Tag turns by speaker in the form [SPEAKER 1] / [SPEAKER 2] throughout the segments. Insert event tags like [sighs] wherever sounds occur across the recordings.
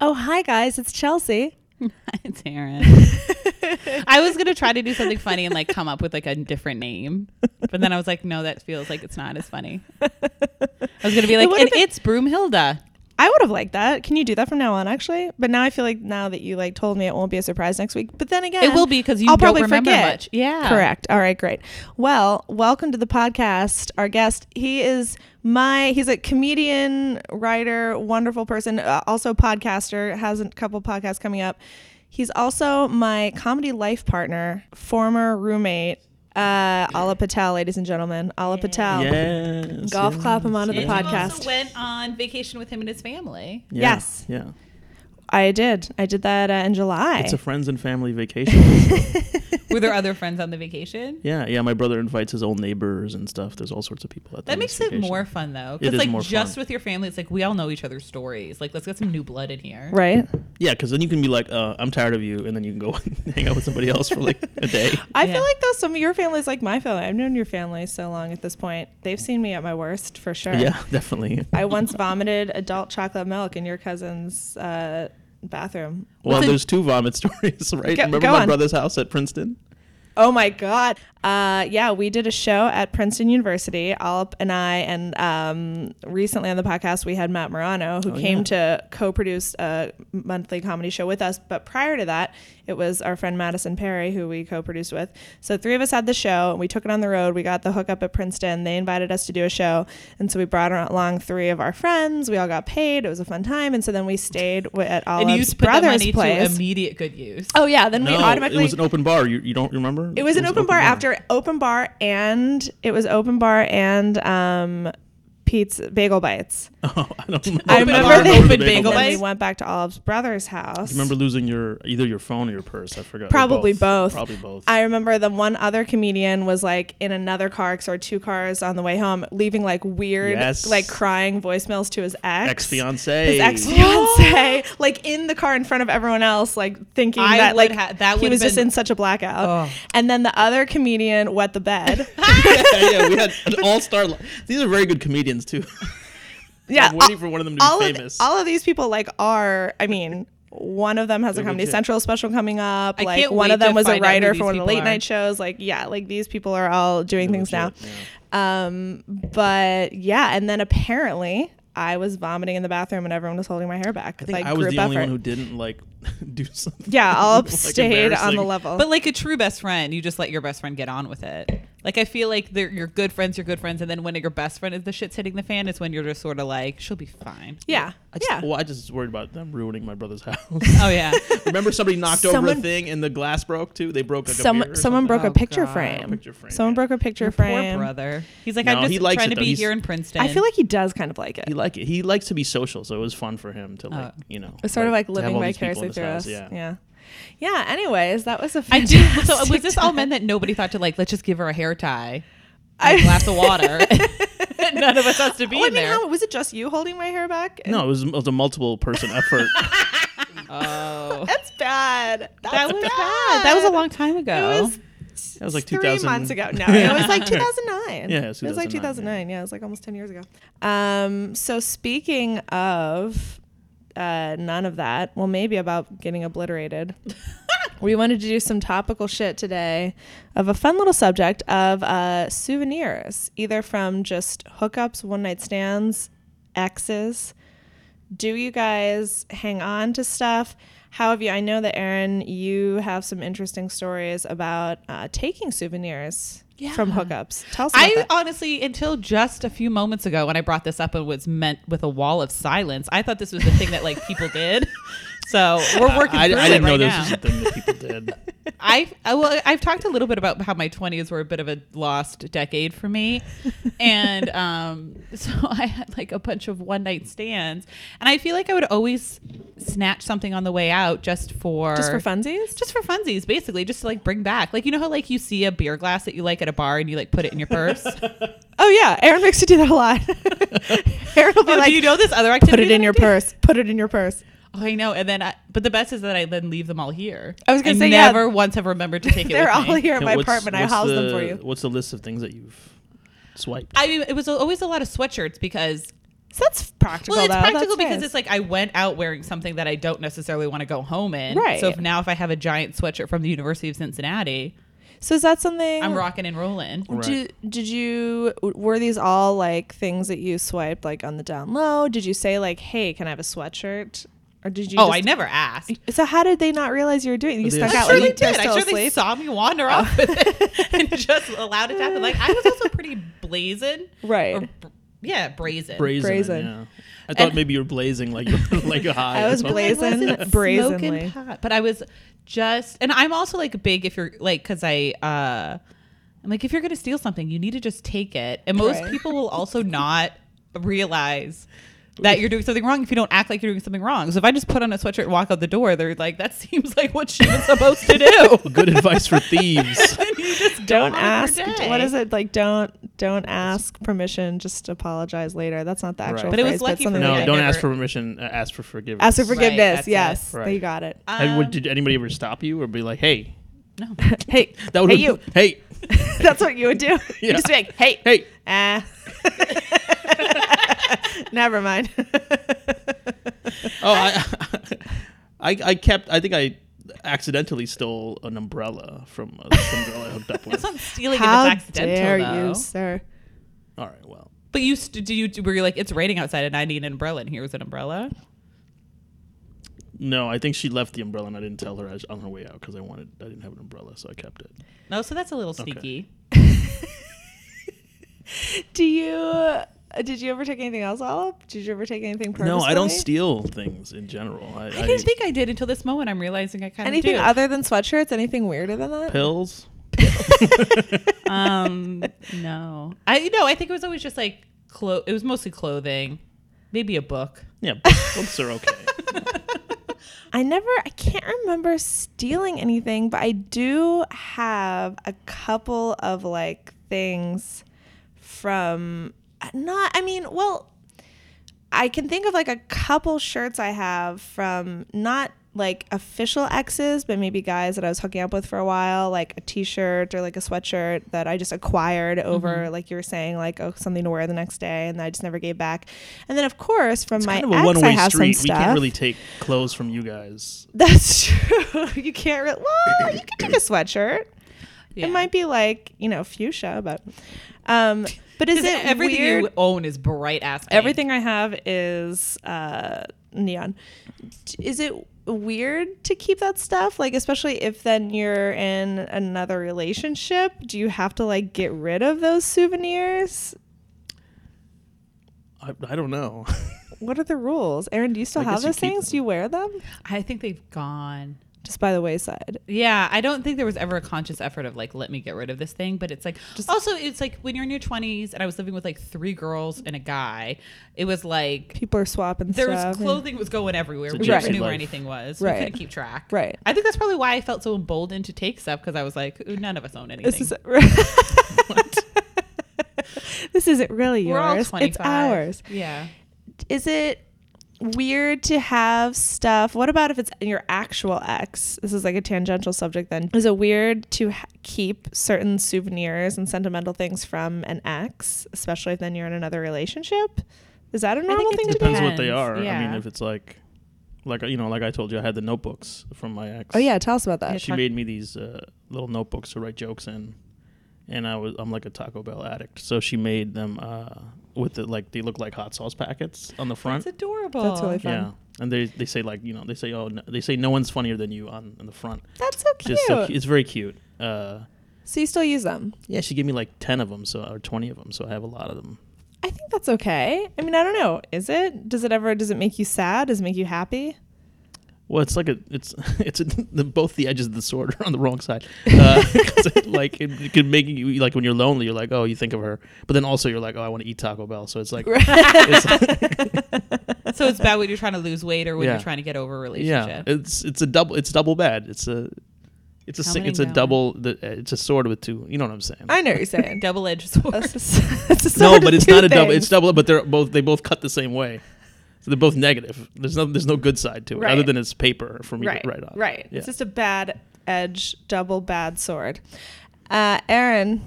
[SPEAKER 1] Oh, hi guys, it's Chelsea.
[SPEAKER 2] [laughs] it's Aaron. I was gonna try to do something funny and like come up with like a different name, but then I was like, no, that feels like it's not as funny. I was gonna be like,
[SPEAKER 1] would've
[SPEAKER 2] and
[SPEAKER 1] been-
[SPEAKER 2] it's Broomhilda.
[SPEAKER 1] I would have liked that. Can you do that from now on, actually? But now I feel like now that you like told me it won't be a surprise next week. But then again,
[SPEAKER 2] It will be because you
[SPEAKER 1] I'll
[SPEAKER 2] don't
[SPEAKER 1] probably
[SPEAKER 2] remember
[SPEAKER 1] forget.
[SPEAKER 2] much. Yeah,
[SPEAKER 1] Correct. All right, great. Well, welcome to the podcast. Our guest, he is my, he's a comedian, writer, wonderful person, uh, also podcaster, has a couple podcasts coming up. He's also my comedy life partner, former roommate, uh, Ala Patel, ladies and gentlemen. Ala Patel.
[SPEAKER 3] Yes.
[SPEAKER 1] Oh, Golf clap him onto the
[SPEAKER 3] yes.
[SPEAKER 2] You
[SPEAKER 1] podcast.
[SPEAKER 2] also went on vacation with him and his family.
[SPEAKER 3] Yeah,
[SPEAKER 1] Yes.
[SPEAKER 3] Yeah.
[SPEAKER 1] I did. I did that uh, in July.
[SPEAKER 3] It's a friends and
[SPEAKER 1] [laughs]
[SPEAKER 3] family vacation.
[SPEAKER 2] Were there other friends on the vacation?
[SPEAKER 3] yeah. Yeah. My brother invites his old neighbors and stuff. There's all sorts of people at
[SPEAKER 2] That makes it more fun though,
[SPEAKER 3] It
[SPEAKER 2] because
[SPEAKER 3] is
[SPEAKER 2] like
[SPEAKER 3] more
[SPEAKER 2] just
[SPEAKER 3] fun.
[SPEAKER 2] with your family, it's like we all know each other's stories. Like let's get some new blood in here.
[SPEAKER 1] right?
[SPEAKER 3] Yeah, because then you can be like, uh, "I'm tired of you," and then you can go [laughs] hang out with somebody else for like a
[SPEAKER 1] [laughs]
[SPEAKER 3] day.
[SPEAKER 1] I
[SPEAKER 2] Yeah.
[SPEAKER 1] feel like though some of your family's like my family. I've known your family so long at this point. They've seen me at my worst for sure.
[SPEAKER 3] Yeah,
[SPEAKER 1] [laughs]
[SPEAKER 3] definitely.
[SPEAKER 1] I once vomited adult chocolate milk in your cousin's uh, bathroom.
[SPEAKER 3] Well,
[SPEAKER 2] What's a-
[SPEAKER 3] there's two vomit [laughs] stories, right?
[SPEAKER 1] Go-
[SPEAKER 3] Remember
[SPEAKER 1] go
[SPEAKER 3] my
[SPEAKER 1] on.
[SPEAKER 3] brother's house at Princeton?
[SPEAKER 1] Oh my god! Uh, yeah, we did a show at Princeton University. Alp and I, and um, recently on the podcast we had Matt Morano,
[SPEAKER 2] Oh,
[SPEAKER 1] who came to co-produce a monthly comedy show with us. But prior to that, it was our friend Madison Perry who we co-produced with. So three of us had the show, and we took it on the road. We got the hookup at Princeton. They invited us to do a show, and so we brought along three of our friends. We all got paid. It was a fun time, and so then we stayed wi- at
[SPEAKER 2] And you
[SPEAKER 1] Olive's
[SPEAKER 2] put that
[SPEAKER 1] brother's
[SPEAKER 2] money to
[SPEAKER 1] place.
[SPEAKER 2] immediate good use.
[SPEAKER 1] Oh yeah, then we automatically
[SPEAKER 3] it was an open bar. You, you don't remember?
[SPEAKER 1] it was an open, bar, after open bar and it was open bar and um pizza bagel bites.
[SPEAKER 3] [laughs] Oh, I don't remember.
[SPEAKER 1] [laughs] I
[SPEAKER 3] don't
[SPEAKER 1] remember they-
[SPEAKER 3] the
[SPEAKER 2] Open bagel
[SPEAKER 1] And
[SPEAKER 2] bites.
[SPEAKER 1] then we went back to Olive's brother's house.
[SPEAKER 3] I remember losing your either your phone or your purse. I forgot. or
[SPEAKER 1] Probably both.
[SPEAKER 3] Probably both.
[SPEAKER 1] I remember the one other comedian was like in another car 'cause there were two cars on the way home, leaving like weird,
[SPEAKER 3] Yes.
[SPEAKER 1] like crying voicemails to his ex,
[SPEAKER 3] Ex fiance.
[SPEAKER 1] his ex fiance, [gasps] like in the car in front of everyone else, like thinking
[SPEAKER 2] I
[SPEAKER 1] that
[SPEAKER 2] would
[SPEAKER 1] like
[SPEAKER 2] ha- that
[SPEAKER 1] he
[SPEAKER 2] would've
[SPEAKER 1] was just
[SPEAKER 2] been-
[SPEAKER 1] in such a blackout.
[SPEAKER 2] Oh.
[SPEAKER 1] And then the other comedian wet the
[SPEAKER 2] [laughs]
[SPEAKER 1] bed.
[SPEAKER 3] [laughs] yeah, yeah, we had
[SPEAKER 1] [laughs]
[SPEAKER 3] an all-star. Li- These are very good comedians too. [laughs]
[SPEAKER 1] yeah,
[SPEAKER 3] I'm waiting for one of them to be
[SPEAKER 1] all
[SPEAKER 3] famous.
[SPEAKER 1] Of, all of these people like are I mean, one of them has a
[SPEAKER 3] They're
[SPEAKER 1] Comedy
[SPEAKER 3] legit.
[SPEAKER 1] Central special coming up.
[SPEAKER 2] I
[SPEAKER 1] like
[SPEAKER 2] can't
[SPEAKER 1] one of
[SPEAKER 2] wait to
[SPEAKER 1] them was a
[SPEAKER 2] find out who
[SPEAKER 1] writer
[SPEAKER 2] these
[SPEAKER 1] for one of the
[SPEAKER 2] people
[SPEAKER 1] late
[SPEAKER 2] are.
[SPEAKER 1] night shows. Like yeah, like these people are all doing things now.
[SPEAKER 3] Legit, yeah.
[SPEAKER 1] Um, but yeah, and then apparently I was vomiting in the bathroom and everyone was holding my hair back.
[SPEAKER 3] I think
[SPEAKER 1] like
[SPEAKER 3] I was
[SPEAKER 1] group
[SPEAKER 3] the only
[SPEAKER 1] effort.
[SPEAKER 3] one who didn't like [laughs] do something. [laughs]
[SPEAKER 1] yeah, all
[SPEAKER 3] like,
[SPEAKER 1] stayed on the
[SPEAKER 3] embarrassing.
[SPEAKER 1] level.
[SPEAKER 2] But like a true best friend, you just let your best friend get on with it. Like I feel like they're your good friends, your good friends, and then when your best friend is the shit's hitting the fan, is when you're just sort of like, she'll be fine.
[SPEAKER 1] yeah,
[SPEAKER 3] I just,
[SPEAKER 1] yeah.
[SPEAKER 3] Well, I just was worried about them ruining my brother's house. [laughs]
[SPEAKER 1] [laughs]
[SPEAKER 2] Oh yeah.
[SPEAKER 3] Remember, somebody knocked over
[SPEAKER 1] Someone-
[SPEAKER 3] a thing and the glass broke too. They broke like a
[SPEAKER 1] Some,
[SPEAKER 3] beer or
[SPEAKER 1] someone
[SPEAKER 3] something?
[SPEAKER 1] broke a
[SPEAKER 2] Oh,
[SPEAKER 1] picture
[SPEAKER 2] God.
[SPEAKER 1] frame.
[SPEAKER 3] Picture frame,
[SPEAKER 1] Someone
[SPEAKER 3] yeah.
[SPEAKER 1] broke a picture
[SPEAKER 2] Your
[SPEAKER 1] frame.
[SPEAKER 2] poor brother. He's like,
[SPEAKER 3] No,
[SPEAKER 2] I'm just
[SPEAKER 3] he likes
[SPEAKER 2] trying to
[SPEAKER 3] it, though.
[SPEAKER 2] be
[SPEAKER 3] He's-
[SPEAKER 2] here in Princeton.
[SPEAKER 1] I feel like he does kind of like it.
[SPEAKER 3] He like it. He likes to be social, so it was fun for him to like you know.
[SPEAKER 1] Uh, It's sort
[SPEAKER 3] to
[SPEAKER 1] of like
[SPEAKER 3] have
[SPEAKER 1] living
[SPEAKER 3] all these people
[SPEAKER 1] vicariously
[SPEAKER 3] in his
[SPEAKER 1] through
[SPEAKER 3] house,
[SPEAKER 1] us.
[SPEAKER 3] Yeah.
[SPEAKER 1] Yeah. yeah. Anyways, that was a
[SPEAKER 2] I [laughs] do. So
[SPEAKER 1] fantastic
[SPEAKER 2] was this all
[SPEAKER 1] time. [laughs]
[SPEAKER 2] meant that nobody thought to like, let's just give her a hair tie,
[SPEAKER 1] I-
[SPEAKER 2] and a
[SPEAKER 1] [laughs]
[SPEAKER 2] glass of water. [laughs] None of us has to be
[SPEAKER 1] Well, I
[SPEAKER 2] in
[SPEAKER 1] mean,
[SPEAKER 2] there.
[SPEAKER 1] how, was it just you holding my hair back?
[SPEAKER 3] No, it was, it was a multiple
[SPEAKER 1] [laughs]
[SPEAKER 3] person effort.
[SPEAKER 2] oh,
[SPEAKER 1] that's bad. That's
[SPEAKER 2] that was bad. That was a long time ago.
[SPEAKER 1] It was
[SPEAKER 3] That was like
[SPEAKER 1] three
[SPEAKER 3] 2000
[SPEAKER 1] months ago. No, it was like 2009.
[SPEAKER 3] [laughs] Yeah,
[SPEAKER 1] it
[SPEAKER 3] it
[SPEAKER 1] was,
[SPEAKER 3] was
[SPEAKER 1] like
[SPEAKER 3] 2009,
[SPEAKER 1] 2009. Yeah. it was like almost 10 years ago. Um, so speaking of uh, none of that, well, maybe about getting obliterated. we wanted to do some topical shit today of a fun little subject of uh, souvenirs, either from just hookups, one night stands, exes. Do you guys hang on to stuff? How have you? I know that Aaron, you have some interesting stories about uh, taking souvenirs from hookups. Tell us about
[SPEAKER 2] I
[SPEAKER 1] that.
[SPEAKER 2] honestly, until just a few moments ago, when I brought this up and was meant with a wall of silence, I thought this was the thing that like people did. [laughs] So we're working
[SPEAKER 3] Uh, I, I
[SPEAKER 2] through it
[SPEAKER 3] didn't know
[SPEAKER 2] right
[SPEAKER 3] this
[SPEAKER 2] now.
[SPEAKER 3] was [laughs] a thing that
[SPEAKER 1] [laughs]
[SPEAKER 3] people did.
[SPEAKER 2] I, I well, [laughs] I've talked a little bit about how my twenties were a bit of a lost decade for me,
[SPEAKER 3] [laughs]
[SPEAKER 2] and um, so I had like a bunch of one night stands, and I feel like I would always snatch something on the way out just for
[SPEAKER 1] Just for funsies?
[SPEAKER 2] just for funsies, basically, just to like bring back. Like you know how like you see a beer glass that you like at a bar and you like put it in your
[SPEAKER 3] [laughs]
[SPEAKER 2] purse.
[SPEAKER 1] Oh yeah, Aaron makes you do that a lot. [laughs] Aaron will be
[SPEAKER 2] Well,
[SPEAKER 1] like,
[SPEAKER 2] do you know this other activity?
[SPEAKER 1] put it
[SPEAKER 2] that
[SPEAKER 1] in
[SPEAKER 2] I
[SPEAKER 1] your
[SPEAKER 2] do?
[SPEAKER 1] purse. Put it in your purse.
[SPEAKER 2] Oh, I know. And then, I, but the best is that I then leave them all here.
[SPEAKER 1] I was gonna say, yeah.
[SPEAKER 2] never once have remembered
[SPEAKER 1] [laughs]
[SPEAKER 2] to take it.
[SPEAKER 1] They're
[SPEAKER 2] with
[SPEAKER 1] all
[SPEAKER 2] me.
[SPEAKER 1] here at
[SPEAKER 3] And
[SPEAKER 1] my
[SPEAKER 3] what's-
[SPEAKER 1] apartment. I
[SPEAKER 3] what's
[SPEAKER 1] house them
[SPEAKER 3] the-
[SPEAKER 1] for you.
[SPEAKER 3] What's the list of things that you've swiped?
[SPEAKER 2] I mean, it was always a lot of sweatshirts because
[SPEAKER 1] So that's practical.
[SPEAKER 2] Well, it's
[SPEAKER 1] though.
[SPEAKER 2] practical
[SPEAKER 1] That's
[SPEAKER 2] because
[SPEAKER 1] nice.
[SPEAKER 2] it's like I went out wearing something that I don't necessarily want to go home in.
[SPEAKER 1] Right.
[SPEAKER 2] So if now if I have a giant sweatshirt from the University of Cincinnati,
[SPEAKER 1] So is that something
[SPEAKER 2] I'm rocking and rolling.
[SPEAKER 3] Right.
[SPEAKER 1] Do, did you were these all like things that you swiped like on the down low? Did you say like, "Hey, can I have a sweatshirt?" Or did you?
[SPEAKER 2] oh,
[SPEAKER 1] just-
[SPEAKER 2] I never asked.
[SPEAKER 1] So how did they not realize you were doing? it? You
[SPEAKER 3] They
[SPEAKER 1] stuck
[SPEAKER 3] just-
[SPEAKER 1] out.
[SPEAKER 2] I'm sure
[SPEAKER 1] like,
[SPEAKER 2] they
[SPEAKER 1] they're
[SPEAKER 2] did. I'm
[SPEAKER 1] still
[SPEAKER 2] sure they
[SPEAKER 1] asleep? Oh.
[SPEAKER 2] saw me wander off with it [laughs] and
[SPEAKER 1] [laughs]
[SPEAKER 2] just allowed it to happen. Like I was also pretty blazing.
[SPEAKER 1] Right.
[SPEAKER 2] Or, [laughs] br- yeah, brazen.
[SPEAKER 3] Brazen.
[SPEAKER 1] Brazen.
[SPEAKER 3] Yeah. I thought
[SPEAKER 2] And-
[SPEAKER 3] maybe you were
[SPEAKER 1] [laughs]
[SPEAKER 3] blazing like [laughs] like you're high.
[SPEAKER 1] I
[SPEAKER 3] or
[SPEAKER 1] was
[SPEAKER 3] something.
[SPEAKER 1] blazing.
[SPEAKER 2] I wasn't
[SPEAKER 1] brazenly.
[SPEAKER 2] smoking pot, but I was just, and I'm also like big if you're like, because I, uh, I'm like, if you're gonna steal something, you need to just take it. And most
[SPEAKER 1] Right.
[SPEAKER 2] people will also not realize that you're doing something wrong if you don't act like you're doing something wrong. So if I just put on a sweatshirt and walk out the door, they're like, that seems like what she was supposed to do.
[SPEAKER 3] [laughs] Good advice
[SPEAKER 1] [laughs]
[SPEAKER 3] for thieves.
[SPEAKER 1] Don't
[SPEAKER 2] on
[SPEAKER 1] ask.
[SPEAKER 2] with your day.
[SPEAKER 1] What is it like? Don't don't ask permission. Just apologize later. That's not the
[SPEAKER 3] Right.
[SPEAKER 1] actual.
[SPEAKER 3] But
[SPEAKER 2] it was
[SPEAKER 1] phrase,
[SPEAKER 2] lucky for
[SPEAKER 1] something
[SPEAKER 2] me.
[SPEAKER 1] like
[SPEAKER 3] no,
[SPEAKER 2] I
[SPEAKER 1] that.
[SPEAKER 3] don't ask for
[SPEAKER 2] never-
[SPEAKER 3] permission. Uh, ask for forgiveness.
[SPEAKER 1] Ask for
[SPEAKER 2] Right,
[SPEAKER 1] forgiveness.
[SPEAKER 2] that's it.
[SPEAKER 1] yes,
[SPEAKER 3] Right.
[SPEAKER 1] you got
[SPEAKER 2] [laughs]
[SPEAKER 1] it.
[SPEAKER 3] Have- would-
[SPEAKER 2] Um,
[SPEAKER 3] did anybody ever stop you or be like, "Hey,
[SPEAKER 2] No.
[SPEAKER 1] hey,
[SPEAKER 3] that would
[SPEAKER 1] hey you.
[SPEAKER 3] hey,
[SPEAKER 1] [laughs] That's what you would
[SPEAKER 2] [laughs]
[SPEAKER 1] do. You
[SPEAKER 3] Yeah.
[SPEAKER 1] just be like, hey,
[SPEAKER 3] hey,
[SPEAKER 1] ah. [laughs] Never mind. [laughs]
[SPEAKER 3] oh, I, [laughs] I, I kept. I think I accidentally stole an umbrella from a, some girl I hooked up
[SPEAKER 1] [laughs]
[SPEAKER 2] That's
[SPEAKER 3] with.
[SPEAKER 2] not stealing
[SPEAKER 1] How
[SPEAKER 2] it. It's accidental,
[SPEAKER 1] dare
[SPEAKER 2] though.
[SPEAKER 1] you, sir?
[SPEAKER 3] All right, well,
[SPEAKER 2] But you st- do you were you like it's raining outside and I need an umbrella and here's an umbrella.
[SPEAKER 3] no, I think she left the umbrella and I didn't tell her I was on her way out because I wanted. I didn't have an umbrella, so I kept it.
[SPEAKER 2] No, so that's a little
[SPEAKER 3] Okay.
[SPEAKER 2] sneaky.
[SPEAKER 1] Do you? uh, Did you ever take anything else, Olive? Did you ever take anything personally?
[SPEAKER 3] No, I don't steal things in general. I,
[SPEAKER 2] I didn't think I did until this moment. I'm realizing I kind of
[SPEAKER 1] Anything
[SPEAKER 2] do.
[SPEAKER 1] other than sweatshirts? Anything weirder than that?
[SPEAKER 3] pills.
[SPEAKER 2] um,
[SPEAKER 1] [laughs]
[SPEAKER 2] no, I no. I think it was always just like clo- It was mostly clothing, maybe a book.
[SPEAKER 1] [laughs]
[SPEAKER 3] Yeah, books are okay.
[SPEAKER 1] I never, I can't remember stealing anything, but I do have a couple of like things from uh, not, I mean, well, I can think of like a couple shirts I have from not like official exes, but maybe guys that I was hooking up with for a while, like a t shirt or like a sweatshirt that I just acquired over,
[SPEAKER 3] Mm-hmm.
[SPEAKER 1] like you were saying, like oh, something to wear the next day, and I just never gave back. And then, of course, from my
[SPEAKER 3] kind of a
[SPEAKER 1] ex, I
[SPEAKER 3] one-way
[SPEAKER 1] have
[SPEAKER 3] street.
[SPEAKER 1] some
[SPEAKER 3] We
[SPEAKER 1] stuff.
[SPEAKER 3] can't really take clothes from you guys.
[SPEAKER 1] That's [laughs] true. You can't really. Well, you could take a sweatshirt.
[SPEAKER 2] Yeah.
[SPEAKER 1] It might be like you know fuchsia, but um, but is
[SPEAKER 2] 'Cause
[SPEAKER 1] it
[SPEAKER 2] everything
[SPEAKER 1] weird?
[SPEAKER 2] you own is bright ass? pink.
[SPEAKER 1] Everything I have is uh, neon. D- Is it weird to keep that stuff? Like, especially if then you're in another relationship, do you have to like get rid of those souvenirs?
[SPEAKER 3] I, I don't know.
[SPEAKER 1] What are the rules, Erin? Do you still
[SPEAKER 3] I
[SPEAKER 1] have
[SPEAKER 3] guess you
[SPEAKER 1] those
[SPEAKER 3] keep
[SPEAKER 1] things? Do you wear them?
[SPEAKER 2] I think they've gone.
[SPEAKER 1] Just by the wayside.
[SPEAKER 2] Yeah, I don't think there was ever a conscious effort of like, let me get rid of this thing. But it's like, also, it's like when you're in your 20s, and I was living with like three girls and a guy. It was like
[SPEAKER 1] People are swapping
[SPEAKER 2] there
[SPEAKER 1] stuff.
[SPEAKER 2] was
[SPEAKER 1] and-
[SPEAKER 2] clothing was going everywhere.
[SPEAKER 3] It's a
[SPEAKER 2] We never
[SPEAKER 1] gypsy
[SPEAKER 2] knew where
[SPEAKER 3] life.
[SPEAKER 2] anything was. We
[SPEAKER 1] Right.
[SPEAKER 2] couldn't keep track.
[SPEAKER 1] Right.
[SPEAKER 2] I think that's probably why I felt so emboldened to take stuff because I was like, "Ooh, none of us own anything.
[SPEAKER 1] This is [laughs] this isn't really
[SPEAKER 2] We're all
[SPEAKER 1] yours.
[SPEAKER 2] 25.
[SPEAKER 1] It's ours.
[SPEAKER 2] Yeah.
[SPEAKER 1] Is it weird to have stuff? What about if it's your actual ex? This is like a tangential subject. Then is it weird to ha- keep certain souvenirs and sentimental things from an ex, especially if then you're in another relationship? Is that a normal
[SPEAKER 2] it
[SPEAKER 1] thing to do?
[SPEAKER 3] [laughs] Depends what they
[SPEAKER 2] Depends,
[SPEAKER 3] are. I
[SPEAKER 2] yeah.
[SPEAKER 3] mean, if it's like, like you know, like I told you, I had the notebooks from my ex.
[SPEAKER 1] Oh yeah, tell us about that.
[SPEAKER 3] she
[SPEAKER 2] talk-
[SPEAKER 3] made me these uh, little notebooks to write jokes in, and I was I'm like a Taco Bell addict, so she made them uh, with the like they look like hot sauce packets on the front.
[SPEAKER 2] It's adorable.
[SPEAKER 1] That's
[SPEAKER 2] [laughs]
[SPEAKER 1] really fun.
[SPEAKER 3] yeah, and they they say like you know they say oh no, they say no one's funnier than you on in the front.
[SPEAKER 1] That's so cute.
[SPEAKER 3] Just so
[SPEAKER 1] so
[SPEAKER 3] cu- it's very cute. Uh,
[SPEAKER 1] you still use them?
[SPEAKER 3] yeah, she gave me like ten of them, so or twenty of them, so I have a lot of them.
[SPEAKER 1] I think that's okay. I mean, I don't know. Is it? Does it ever? Does it make you sad? Does it make you happy?
[SPEAKER 3] Well, it's like a it's [laughs] it's a, the, both the edges of the sword are on the wrong side. Uh, [laughs] 'cause it, like it, it could make you like when you're lonely, you're like oh you think of her, but then also you're like oh I want to eat Taco Bell, so it's like it's
[SPEAKER 2] [laughs] so it's bad when you're trying to lose weight or when
[SPEAKER 3] Yeah.
[SPEAKER 2] you're trying to get over a
[SPEAKER 3] yeah
[SPEAKER 2] relationship.
[SPEAKER 3] it's it's a double it's double bad it's a it's a
[SPEAKER 2] How
[SPEAKER 3] si-
[SPEAKER 2] many
[SPEAKER 3] it's a
[SPEAKER 2] now?
[SPEAKER 3] double the, uh, it's a sword with two you know what I'm saying
[SPEAKER 1] I know what you're
[SPEAKER 3] [laughs]
[SPEAKER 1] saying.
[SPEAKER 2] Double edged [laughs]
[SPEAKER 1] [laughs]
[SPEAKER 2] sword.
[SPEAKER 1] That's a, that's a
[SPEAKER 3] no
[SPEAKER 1] sword
[SPEAKER 3] but
[SPEAKER 1] of
[SPEAKER 3] it's
[SPEAKER 1] two
[SPEAKER 3] not a double it's
[SPEAKER 1] things.
[SPEAKER 3] double but they're both they both cut the same way so they're both negative there's no there's no good side to it other
[SPEAKER 1] Right.
[SPEAKER 3] than it's paper for me
[SPEAKER 1] right,
[SPEAKER 3] to write on
[SPEAKER 1] Right.
[SPEAKER 3] yeah.
[SPEAKER 1] It's just a bad edge, double bad sword. Uh, Aaron,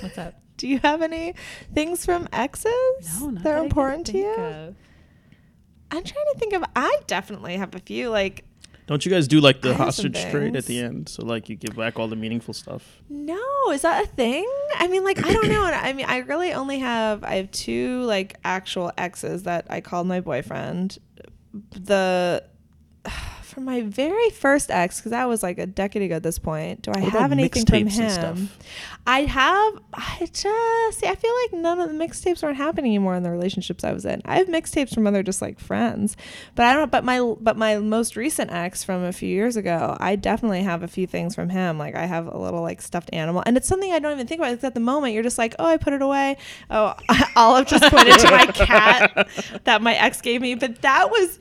[SPEAKER 2] What's up?
[SPEAKER 1] [laughs] Do you have any things from exes
[SPEAKER 2] No, not
[SPEAKER 1] that are
[SPEAKER 2] I can
[SPEAKER 1] important to
[SPEAKER 2] think
[SPEAKER 1] you?
[SPEAKER 2] of.
[SPEAKER 1] I'm trying to think of. I definitely have a few. Like,
[SPEAKER 3] Don't you guys do like
[SPEAKER 1] I
[SPEAKER 3] the
[SPEAKER 1] have some
[SPEAKER 3] hostage trade at the
[SPEAKER 1] things.
[SPEAKER 3] end? So like you give back all the meaningful stuff.
[SPEAKER 1] no, is that a thing? I mean, like, I don't know. And I mean, I really only have. I have two like actual exes that I called my boyfriend. The [sighs] from my very first ex because that was like a decade ago at this point. Do I
[SPEAKER 3] What about
[SPEAKER 1] have anything from
[SPEAKER 3] mixtapes
[SPEAKER 1] him?
[SPEAKER 3] and stuff?
[SPEAKER 1] I have. I just see. I feel like none of the mixtapes aren't happening anymore in the relationships I was in. I have mixtapes from other just like friends, but I don't. But my but my most recent ex from a few years ago, I definitely have a few things from him. Like I have a little like stuffed animal, and it's something I don't even think about. It's at the moment you're just like, oh, I put it away. Oh, [laughs] Olive just pointed to my cat that my ex gave me, but that was.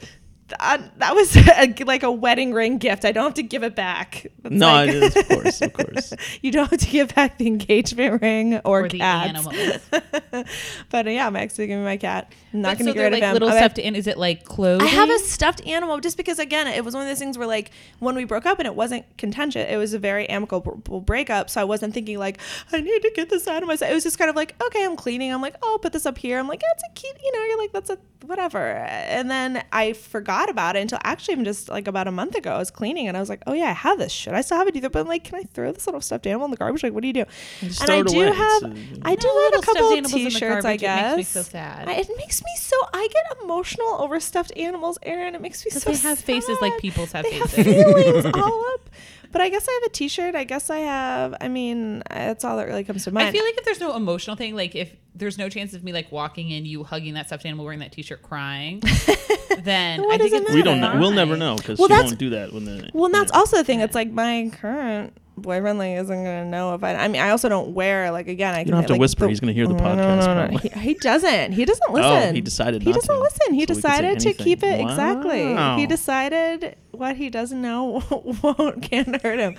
[SPEAKER 1] That, that was [laughs] a, like a wedding ring gift. I don't have to give it back. It's
[SPEAKER 3] no,
[SPEAKER 1] like-
[SPEAKER 3] it is, of course,
[SPEAKER 1] [laughs]
[SPEAKER 3] of course.
[SPEAKER 1] you don't have to give back the engagement ring or,
[SPEAKER 2] Or the
[SPEAKER 1] cats.
[SPEAKER 2] animals.
[SPEAKER 1] [laughs] but uh, yeah, I'm actually giving me my cat. I'm not
[SPEAKER 2] But
[SPEAKER 1] going to
[SPEAKER 2] so
[SPEAKER 1] get
[SPEAKER 2] they're
[SPEAKER 1] rid of
[SPEAKER 2] like
[SPEAKER 1] Oh, him.
[SPEAKER 2] little
[SPEAKER 1] I-
[SPEAKER 2] stuffed in. Is it like clothing?
[SPEAKER 1] I have a stuffed animal just because, again, it was one of those things where, like, when we broke up and it wasn't contentious, it was a very amicable breakup. So I wasn't thinking, like, I need to get this out of myself. It was just kind of like, okay, I'm cleaning. I'm like, oh, I'll put this up here. I'm like, yeah, it's a cute, you know, you're like, that's a whatever. And then I forgot about it until actually, I'm just like about a month ago, I was cleaning and I was like, oh, yeah, I have this. Should I still have it? Either, but I'm like, can I throw this little stuffed animal in the garbage? Like, what do you do?
[SPEAKER 3] just
[SPEAKER 1] and
[SPEAKER 3] throw
[SPEAKER 1] I
[SPEAKER 3] it
[SPEAKER 1] do
[SPEAKER 3] away. It's
[SPEAKER 1] have,
[SPEAKER 3] a-
[SPEAKER 1] I do have
[SPEAKER 2] No, little
[SPEAKER 1] a couple
[SPEAKER 2] stuffed
[SPEAKER 1] of
[SPEAKER 2] animals in the
[SPEAKER 1] t-shirts. I
[SPEAKER 2] garbage. It makes
[SPEAKER 1] guess
[SPEAKER 2] me so sad.
[SPEAKER 1] I- it makes me so. I get emotional over stuffed animals, Aaron. It makes me so.
[SPEAKER 2] Because they have faces like
[SPEAKER 1] sad.
[SPEAKER 2] people's have
[SPEAKER 1] They have
[SPEAKER 2] faces. [laughs]
[SPEAKER 1] feelings all up. But I guess I have a T-shirt. I guess I have. I mean, that's all that really comes to mind.
[SPEAKER 2] I feel like if there's no emotional thing, like if there's no chance of me like walking in, you hugging that stuffed animal, wearing that T-shirt, crying, [laughs]
[SPEAKER 1] [laughs]
[SPEAKER 2] then
[SPEAKER 1] What
[SPEAKER 2] I
[SPEAKER 1] does it
[SPEAKER 2] think it's
[SPEAKER 1] matter?
[SPEAKER 3] we don't know. We'll
[SPEAKER 2] fine.
[SPEAKER 3] never know because
[SPEAKER 1] Well,
[SPEAKER 3] she
[SPEAKER 1] that's-
[SPEAKER 3] won't do that when the.
[SPEAKER 1] well, and that's
[SPEAKER 3] yeah.
[SPEAKER 1] also the thing. It's like my current boyfriend like isn't gonna know if I. I mean, I also don't wear like "Oh, again. I
[SPEAKER 3] You don't have to whisper. He's gonna hear the podcast, probably. Oh,
[SPEAKER 1] He, he doesn't. He doesn't listen.
[SPEAKER 3] he decided
[SPEAKER 1] He
[SPEAKER 3] not
[SPEAKER 1] doesn't
[SPEAKER 3] to,
[SPEAKER 1] listen. He
[SPEAKER 3] so we could say
[SPEAKER 1] decided to
[SPEAKER 3] anything.
[SPEAKER 1] keep it exactly. He
[SPEAKER 3] Wow.
[SPEAKER 1] decided what he doesn't know [laughs] won't can't hurt him.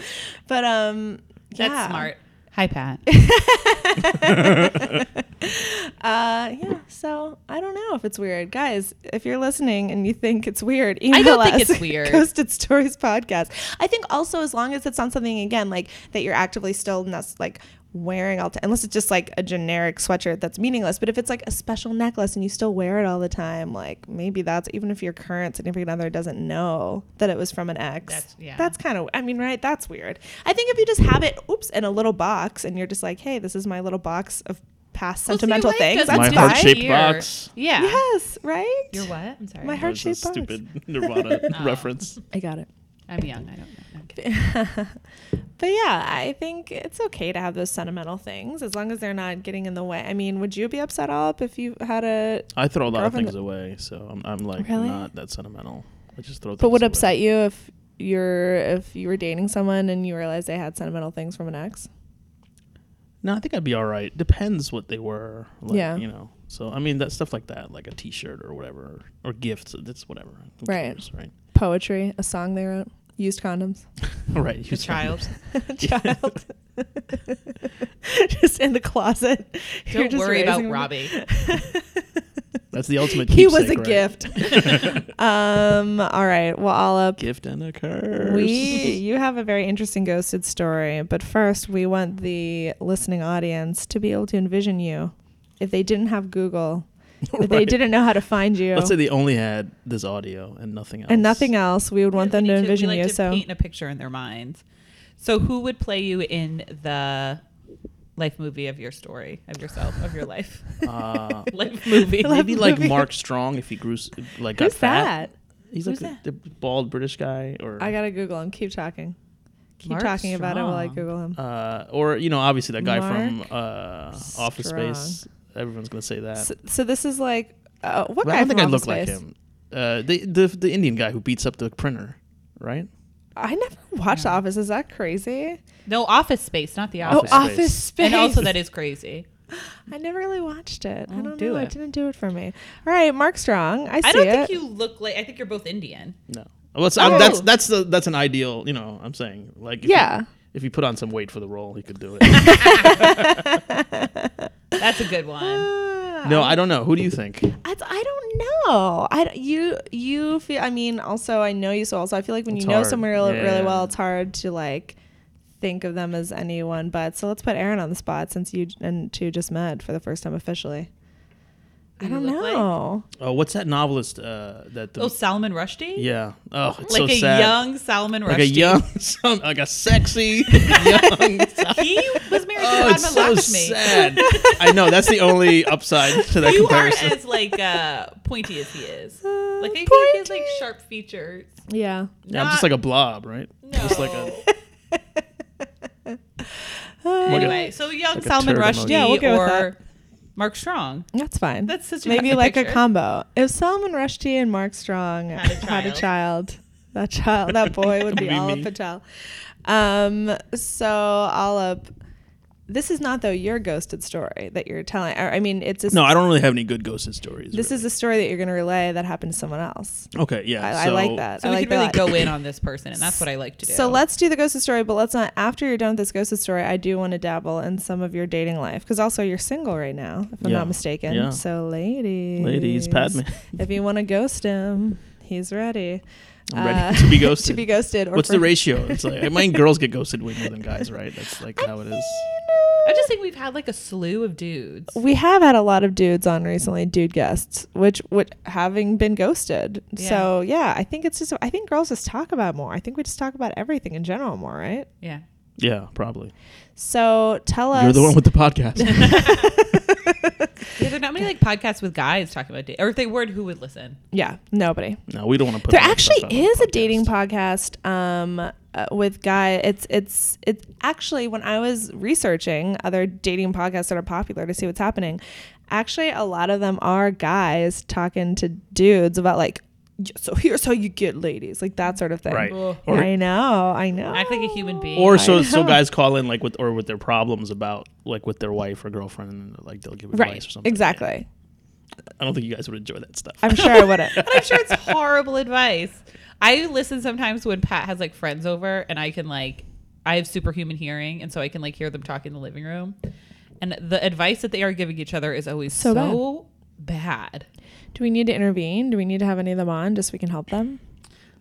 [SPEAKER 1] But um,
[SPEAKER 2] That's
[SPEAKER 1] yeah.
[SPEAKER 2] smart. Hi, Pat.
[SPEAKER 1] Uh, yeah. So I don't know if it's weird, guys. If you're listening and you think it's weird, email
[SPEAKER 2] don't
[SPEAKER 1] us.
[SPEAKER 2] think it's weird.
[SPEAKER 1] [laughs] Ghosted Stories podcast. I think also as long as it's on something again like that you're actively still not like wearing all the time, unless it's just like a generic sweatshirt that's meaningless. But if it's like a special necklace and you still wear it all the time, like maybe that's even if your current significant other doesn't know that it was from an ex.
[SPEAKER 2] That's- yeah.
[SPEAKER 1] That's kind of I mean, right? That's weird. I think if you just have it, oops, in a little box, and you're just like, hey, this is my little box of past
[SPEAKER 2] Well, see,
[SPEAKER 1] sentimental
[SPEAKER 2] life
[SPEAKER 1] things.
[SPEAKER 2] doesn't
[SPEAKER 1] That's
[SPEAKER 2] do
[SPEAKER 3] My
[SPEAKER 1] fine.
[SPEAKER 2] that
[SPEAKER 3] heart-shaped
[SPEAKER 2] here.
[SPEAKER 3] box.
[SPEAKER 2] Yeah.
[SPEAKER 1] Yes, right?
[SPEAKER 2] You're what? I'm
[SPEAKER 1] My
[SPEAKER 2] sorry.
[SPEAKER 3] That was a
[SPEAKER 1] heart-shaped box. [laughs]
[SPEAKER 3] stupid [laughs] Nirvana reference.
[SPEAKER 1] I got it. [laughs]
[SPEAKER 2] I'm young. I don't [laughs] know. I'm kidding.
[SPEAKER 1] But yeah, I think it's okay to have those sentimental things as long as they're not getting in the way. I mean, would you be upset all up if you had a
[SPEAKER 3] I throw a lot of
[SPEAKER 1] Girlfriend-
[SPEAKER 3] things away, so I'm, I'm like
[SPEAKER 1] Really?
[SPEAKER 3] not that sentimental. I just throw.
[SPEAKER 1] But
[SPEAKER 3] things
[SPEAKER 1] would
[SPEAKER 3] away.
[SPEAKER 1] upset you if you're if you were dating someone and you realized they had sentimental things from an ex?
[SPEAKER 3] No, I think I'd be all right. Depends what they were. Like,
[SPEAKER 1] Yeah.
[SPEAKER 3] You know. So I mean that stuff like that, like a T-shirt or whatever, or gifts. That's whatever. Who
[SPEAKER 1] Right.
[SPEAKER 3] cares, right. [laughs]
[SPEAKER 1] Poetry, a song they wrote, used condoms.
[SPEAKER 3] right.
[SPEAKER 2] The
[SPEAKER 3] you said-
[SPEAKER 2] child.
[SPEAKER 1] [laughs] Child. just in the closet. [laughs] You're
[SPEAKER 2] Don't
[SPEAKER 1] just
[SPEAKER 2] worry about
[SPEAKER 1] raising them.
[SPEAKER 2] Robbie.
[SPEAKER 3] [laughs] That's the ultimate.
[SPEAKER 1] [laughs] He was a
[SPEAKER 3] keepsake, right?
[SPEAKER 1] gift.
[SPEAKER 3] [laughs]
[SPEAKER 1] um, all right. Well, all up.
[SPEAKER 3] Gift and a curse. [laughs]
[SPEAKER 1] We, you have a very interesting ghosted story, but first, we want the listening audience to be able to envision you if they didn't have Google, if they
[SPEAKER 3] Right.
[SPEAKER 1] didn't know how to find you,
[SPEAKER 3] Let's say they only had this audio and nothing else.
[SPEAKER 1] and nothing else. We would want them
[SPEAKER 2] We
[SPEAKER 1] to
[SPEAKER 2] need
[SPEAKER 1] envision
[SPEAKER 2] we like
[SPEAKER 1] you.
[SPEAKER 2] to
[SPEAKER 1] So,
[SPEAKER 2] paint a picture in their minds. So who would play you in the life movie of your story of yourself of your life [laughs]
[SPEAKER 3] Uh,
[SPEAKER 1] [laughs]
[SPEAKER 2] life movie?
[SPEAKER 3] maybe like
[SPEAKER 1] movie.
[SPEAKER 3] Mark Strong if he grew s- like got
[SPEAKER 1] who's
[SPEAKER 3] fat.
[SPEAKER 1] that?
[SPEAKER 3] He's
[SPEAKER 2] Who's
[SPEAKER 3] like a, the bald British guy, or
[SPEAKER 1] I gotta Google him. Keep talking. Keep
[SPEAKER 2] Mark
[SPEAKER 1] talking about it while I
[SPEAKER 2] Strong.
[SPEAKER 1] Google him.
[SPEAKER 3] uh, or you know, obviously that guy from
[SPEAKER 1] Mark
[SPEAKER 3] uh, Office
[SPEAKER 1] Strong.
[SPEAKER 3] Space. Everyone's gonna say that.
[SPEAKER 1] So, so this is like uh, what
[SPEAKER 3] But
[SPEAKER 1] guy
[SPEAKER 3] I
[SPEAKER 1] from
[SPEAKER 3] don't think I look
[SPEAKER 1] Office
[SPEAKER 3] like
[SPEAKER 1] Space?
[SPEAKER 3] him. Uh, the, the the Indian guy who beats up the printer, right?
[SPEAKER 1] I never watched Office. Is that crazy?
[SPEAKER 2] No, Office Space, not the Office.
[SPEAKER 1] oh,
[SPEAKER 3] Space.
[SPEAKER 1] Office Space.
[SPEAKER 2] And
[SPEAKER 1] [laughs]
[SPEAKER 2] also, that is crazy.
[SPEAKER 1] I never really watched it. I
[SPEAKER 2] Oh,
[SPEAKER 1] don't
[SPEAKER 2] do
[SPEAKER 1] know. It.
[SPEAKER 2] it.
[SPEAKER 1] didn't do it for me. All right, Mark Strong. I see
[SPEAKER 2] I don't
[SPEAKER 1] it.
[SPEAKER 2] think
[SPEAKER 1] [laughs]
[SPEAKER 2] you look like. I think you're both Indian.
[SPEAKER 3] No. Well, it's, I'm- that's
[SPEAKER 2] Oh.
[SPEAKER 3] that's the, that's an ideal. You know, I'm saying like if
[SPEAKER 1] Yeah.
[SPEAKER 3] You, if you put on some weight for the role, he could do
[SPEAKER 1] [laughs]
[SPEAKER 3] it.
[SPEAKER 2] That's a
[SPEAKER 1] [laughs]
[SPEAKER 2] good one.
[SPEAKER 1] Ah,
[SPEAKER 3] no, I don't know. Who do you think?
[SPEAKER 1] I, I don't know. I don't- you you feel. I mean, also I know you so well. So I feel like when
[SPEAKER 3] It's
[SPEAKER 1] you know
[SPEAKER 3] hard.
[SPEAKER 1] someone really, really
[SPEAKER 3] Yeah.
[SPEAKER 1] well, it's hard to like think of them as anyone but. So let's put Aaron on the spot since you j- and two just met for the first time officially. I
[SPEAKER 2] Who you
[SPEAKER 1] don't
[SPEAKER 2] look like?
[SPEAKER 1] know.
[SPEAKER 3] Oh, what's that novelist? Uh, that the,
[SPEAKER 2] oh, Salman Rushdie.
[SPEAKER 3] yeah. Oh, it's
[SPEAKER 2] like
[SPEAKER 3] so
[SPEAKER 2] a
[SPEAKER 3] sad.
[SPEAKER 2] young Salman Rushdie.
[SPEAKER 3] like a
[SPEAKER 2] [laughs]
[SPEAKER 3] young, [laughs] some, like a sexy [laughs]
[SPEAKER 1] [laughs]
[SPEAKER 3] young.
[SPEAKER 2] he was married
[SPEAKER 3] Oh,
[SPEAKER 2] to
[SPEAKER 3] it's
[SPEAKER 2] Padma
[SPEAKER 3] so
[SPEAKER 2] Lakshmi.
[SPEAKER 3] sad. I know that's
[SPEAKER 1] [laughs]
[SPEAKER 3] the only upside to that
[SPEAKER 2] You aren't
[SPEAKER 3] comparison.
[SPEAKER 2] as like uh, pointy as he
[SPEAKER 1] [laughs]
[SPEAKER 2] is.
[SPEAKER 1] Uh,
[SPEAKER 2] Like I feel like he has like sharp features.
[SPEAKER 1] Yeah.
[SPEAKER 3] yeah, I'm just like a blob, right? Just like a
[SPEAKER 1] [laughs]
[SPEAKER 3] like a-
[SPEAKER 2] anyway, so young
[SPEAKER 3] like a
[SPEAKER 2] Salman
[SPEAKER 3] turd
[SPEAKER 2] Rushdie
[SPEAKER 3] emoji.
[SPEAKER 1] Yeah, we'll go with
[SPEAKER 2] or Mark Strong.
[SPEAKER 1] That's fine.
[SPEAKER 2] That's such
[SPEAKER 1] [laughs]
[SPEAKER 2] a
[SPEAKER 1] maybe
[SPEAKER 2] happy
[SPEAKER 1] like
[SPEAKER 2] picture.
[SPEAKER 1] a combo. If Salman Rushdie and Mark Strong
[SPEAKER 2] Had a
[SPEAKER 1] had a
[SPEAKER 2] child.
[SPEAKER 1] child, that child, that boy
[SPEAKER 2] [laughs]
[SPEAKER 1] would be
[SPEAKER 3] Be
[SPEAKER 1] all
[SPEAKER 3] me.
[SPEAKER 1] up Patel. Um, so all up. This is not though your ghosted story that you're telling. Or, I mean, it's a,
[SPEAKER 3] no, I don't really have any good ghosted stories.
[SPEAKER 1] this is a story that you're going to relay that happened to someone else.
[SPEAKER 3] is okay. Yeah,
[SPEAKER 1] I, I
[SPEAKER 3] so-
[SPEAKER 1] like that.
[SPEAKER 2] So
[SPEAKER 1] I
[SPEAKER 2] we
[SPEAKER 1] like
[SPEAKER 2] could really
[SPEAKER 1] that.
[SPEAKER 2] go in on this person, and that's what I like to do.
[SPEAKER 1] So let's do the ghosted story, but let's not. After you're done with this ghosted story, I do want to dabble in some of your dating life because also you're single right now, if I'm
[SPEAKER 3] Yeah.
[SPEAKER 1] not mistaken.
[SPEAKER 3] Yeah.
[SPEAKER 1] So, ladies,
[SPEAKER 3] Ladies, Padme.
[SPEAKER 1] if you want to ghost him, he's ready. Uh,
[SPEAKER 3] I'm
[SPEAKER 1] [laughs]
[SPEAKER 3] ready to be
[SPEAKER 1] to
[SPEAKER 3] ghosted.
[SPEAKER 1] be ghosted. Or
[SPEAKER 3] What's
[SPEAKER 1] for-
[SPEAKER 3] the ratio? It's like I mean, girls get ghosted way more than
[SPEAKER 1] [laughs]
[SPEAKER 3] guys, right? That's like how it is.
[SPEAKER 2] I just think we've had like a slew of dudes.
[SPEAKER 1] We have had a lot of dudes on recently, dude guests, which which having been ghosted. So yeah, I think it's just I think girls just talk about more. I think we just talk about everything in general more, right?
[SPEAKER 2] Yeah.
[SPEAKER 3] Yeah, probably.
[SPEAKER 1] So tell us.
[SPEAKER 3] You're the one with the podcast.
[SPEAKER 1] [laughs]
[SPEAKER 2] Yeah, there are not many like podcasts with guys talking about dating, or if they were, who would listen?
[SPEAKER 1] yeah, nobody.
[SPEAKER 3] no, we don't want to put.
[SPEAKER 1] there
[SPEAKER 3] that
[SPEAKER 1] actually
[SPEAKER 3] stuff out on the
[SPEAKER 1] is a
[SPEAKER 3] podcast.
[SPEAKER 1] dating podcast um uh, with guy it's it's it's actually when i was researching other dating podcasts that are popular to see what's happening actually a lot of them are guys talking to dudes about like "Y- so here's how you get ladies like that sort of thing
[SPEAKER 3] right?
[SPEAKER 2] Ugh.
[SPEAKER 3] Or,
[SPEAKER 1] i know i know
[SPEAKER 2] Act like a human being.
[SPEAKER 3] or so
[SPEAKER 1] [laughs]
[SPEAKER 3] so
[SPEAKER 1] know.
[SPEAKER 3] guys call in like with or with their problems about like with their wife or girlfriend, and like they'll give advice
[SPEAKER 1] right
[SPEAKER 3] or something.
[SPEAKER 1] exactly
[SPEAKER 3] I don't think you guys would enjoy that stuff.
[SPEAKER 1] i'm sure i wouldn't
[SPEAKER 3] [laughs]
[SPEAKER 2] but I'm sure it's horrible advice. I listen sometimes when Pat has like friends over, and I can like, I have superhuman hearing, and so I can like hear them talk in the living room, and the advice that they are giving each other is always
[SPEAKER 1] So
[SPEAKER 2] so, bad.
[SPEAKER 1] do we need to intervene do we need to have any of them on just so we can help them